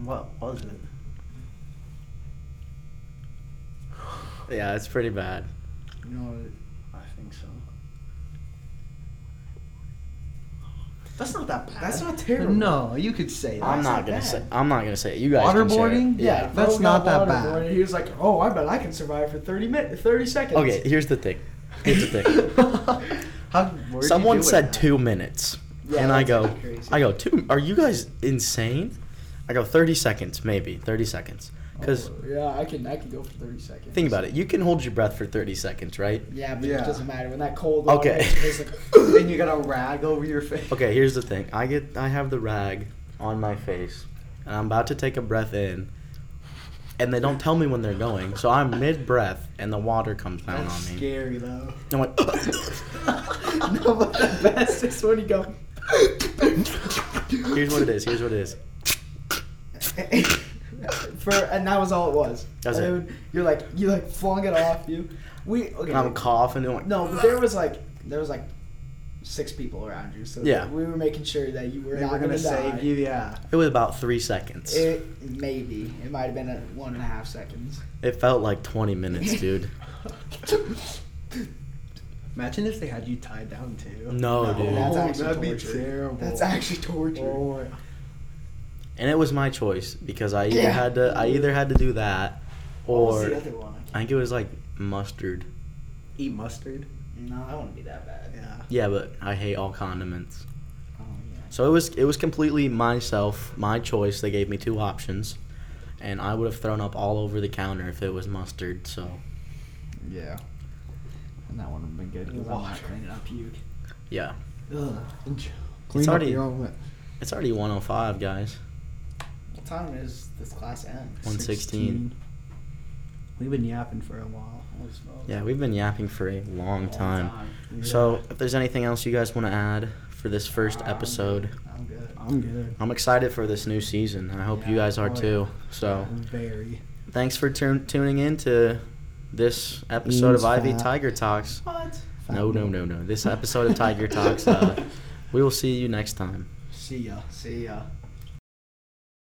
Speaker 3: What was it?
Speaker 1: Yeah, it's pretty bad.
Speaker 4: You know what?
Speaker 3: I think so. That's not that bad.
Speaker 4: That's not terrible.
Speaker 3: No, you could say that.
Speaker 1: I'm
Speaker 4: That's
Speaker 1: not,
Speaker 4: not
Speaker 1: gonna
Speaker 4: bad.
Speaker 1: say. I'm not gonna say. It. You guys can share it.
Speaker 3: Waterboarding?
Speaker 1: Yeah.
Speaker 3: That's
Speaker 4: Bro
Speaker 3: not
Speaker 4: got
Speaker 3: that bad.
Speaker 4: waterboarded. He was like, "Oh, I bet I can survive for thirty minutes, thirty seconds."
Speaker 1: Okay. Here's the thing. Here's the thing.
Speaker 3: How, where'd you do
Speaker 1: Someone
Speaker 3: it
Speaker 1: said
Speaker 3: at?
Speaker 1: two minutes,
Speaker 4: Yeah,
Speaker 1: and I
Speaker 4: that's
Speaker 1: go,
Speaker 4: kinda crazy.
Speaker 1: I go two. Are you guys insane? I go 30 seconds, maybe 30 seconds. Because
Speaker 4: Oh, yeah, I can, I can go for thirty seconds.
Speaker 1: think about it. You can hold your breath for 30 seconds, right?
Speaker 4: Yeah, but
Speaker 3: Yeah.
Speaker 4: it doesn't matter when that cold.
Speaker 1: Okay.
Speaker 4: water hits, it's
Speaker 3: and you got a rag over your face.
Speaker 1: Okay. Here's the thing. I get. I have the rag on my face, and I'm about to take a breath in. And they don't tell me when they're going, so I'm mid breath, and the water comes down
Speaker 3: That's
Speaker 1: on me.
Speaker 3: scary though.
Speaker 1: I'm like,
Speaker 4: like, no, but the best is when you go.
Speaker 1: here's what it is. Here's what it is.
Speaker 4: for and that was all it was.
Speaker 1: That's
Speaker 4: And
Speaker 1: it.
Speaker 4: then You're like you like flung it off you. We okay.
Speaker 1: And I'm coughing. And I'm like,
Speaker 4: no, but there was like there was like six people around you, so
Speaker 1: Yeah.
Speaker 4: we were making sure that you were
Speaker 3: They
Speaker 4: not
Speaker 3: were gonna
Speaker 4: gonna, die.
Speaker 3: save you, yeah.
Speaker 1: It was about three seconds. It,
Speaker 4: It maybe it might have been a one and a half seconds.
Speaker 1: felt like 20 minutes, dude.
Speaker 3: Imagine if they had you tied down too.
Speaker 1: No, dude.
Speaker 4: that's
Speaker 3: Oh,
Speaker 4: actually
Speaker 3: that'd be
Speaker 4: torture.
Speaker 3: terrible.
Speaker 4: That's actually torture.
Speaker 3: Oh,
Speaker 1: And it was my choice because I either
Speaker 4: Yeah.
Speaker 1: had to I either had to do that
Speaker 4: What was the
Speaker 1: or
Speaker 4: other one?
Speaker 1: I
Speaker 4: I
Speaker 1: think it was like mustard.
Speaker 3: eat mustard.
Speaker 4: can't- No, that wouldn't be that bad.
Speaker 3: Yeah.
Speaker 1: Yeah, but I hate all condiments.
Speaker 4: Oh yeah.
Speaker 1: So it was it was completely myself, my choice. They gave me two options. And I would have thrown up all over the counter if it was mustard. So
Speaker 4: Yeah. And that wouldn't have been good because I'm not
Speaker 3: Water.
Speaker 4: cleaning up puke.
Speaker 1: yeah.
Speaker 4: Ugh.
Speaker 1: It's already-
Speaker 3: own
Speaker 1: It's already 105, guys.
Speaker 4: What time is this class end?
Speaker 1: 116.
Speaker 3: We've been yapping for a while.
Speaker 1: Yeah, we've been yapping for a long time.
Speaker 3: Yeah.
Speaker 1: So, if there's anything else you guys want to add for this first episode,
Speaker 4: I'm good.
Speaker 3: I'm good.
Speaker 1: I'm excited for this new season. I hope you
Speaker 4: Yeah.
Speaker 1: guys are
Speaker 3: Oh, yeah.
Speaker 1: too. So,
Speaker 3: very.
Speaker 1: thanks for tun tuning in to this episode
Speaker 3: Ian's
Speaker 1: of Ivy
Speaker 3: fat.
Speaker 1: Tiger Talks.
Speaker 4: What?
Speaker 1: No, no, no, no. This episode of Tiger Talks. Uh, we will see you next time.
Speaker 3: See ya.
Speaker 4: See ya.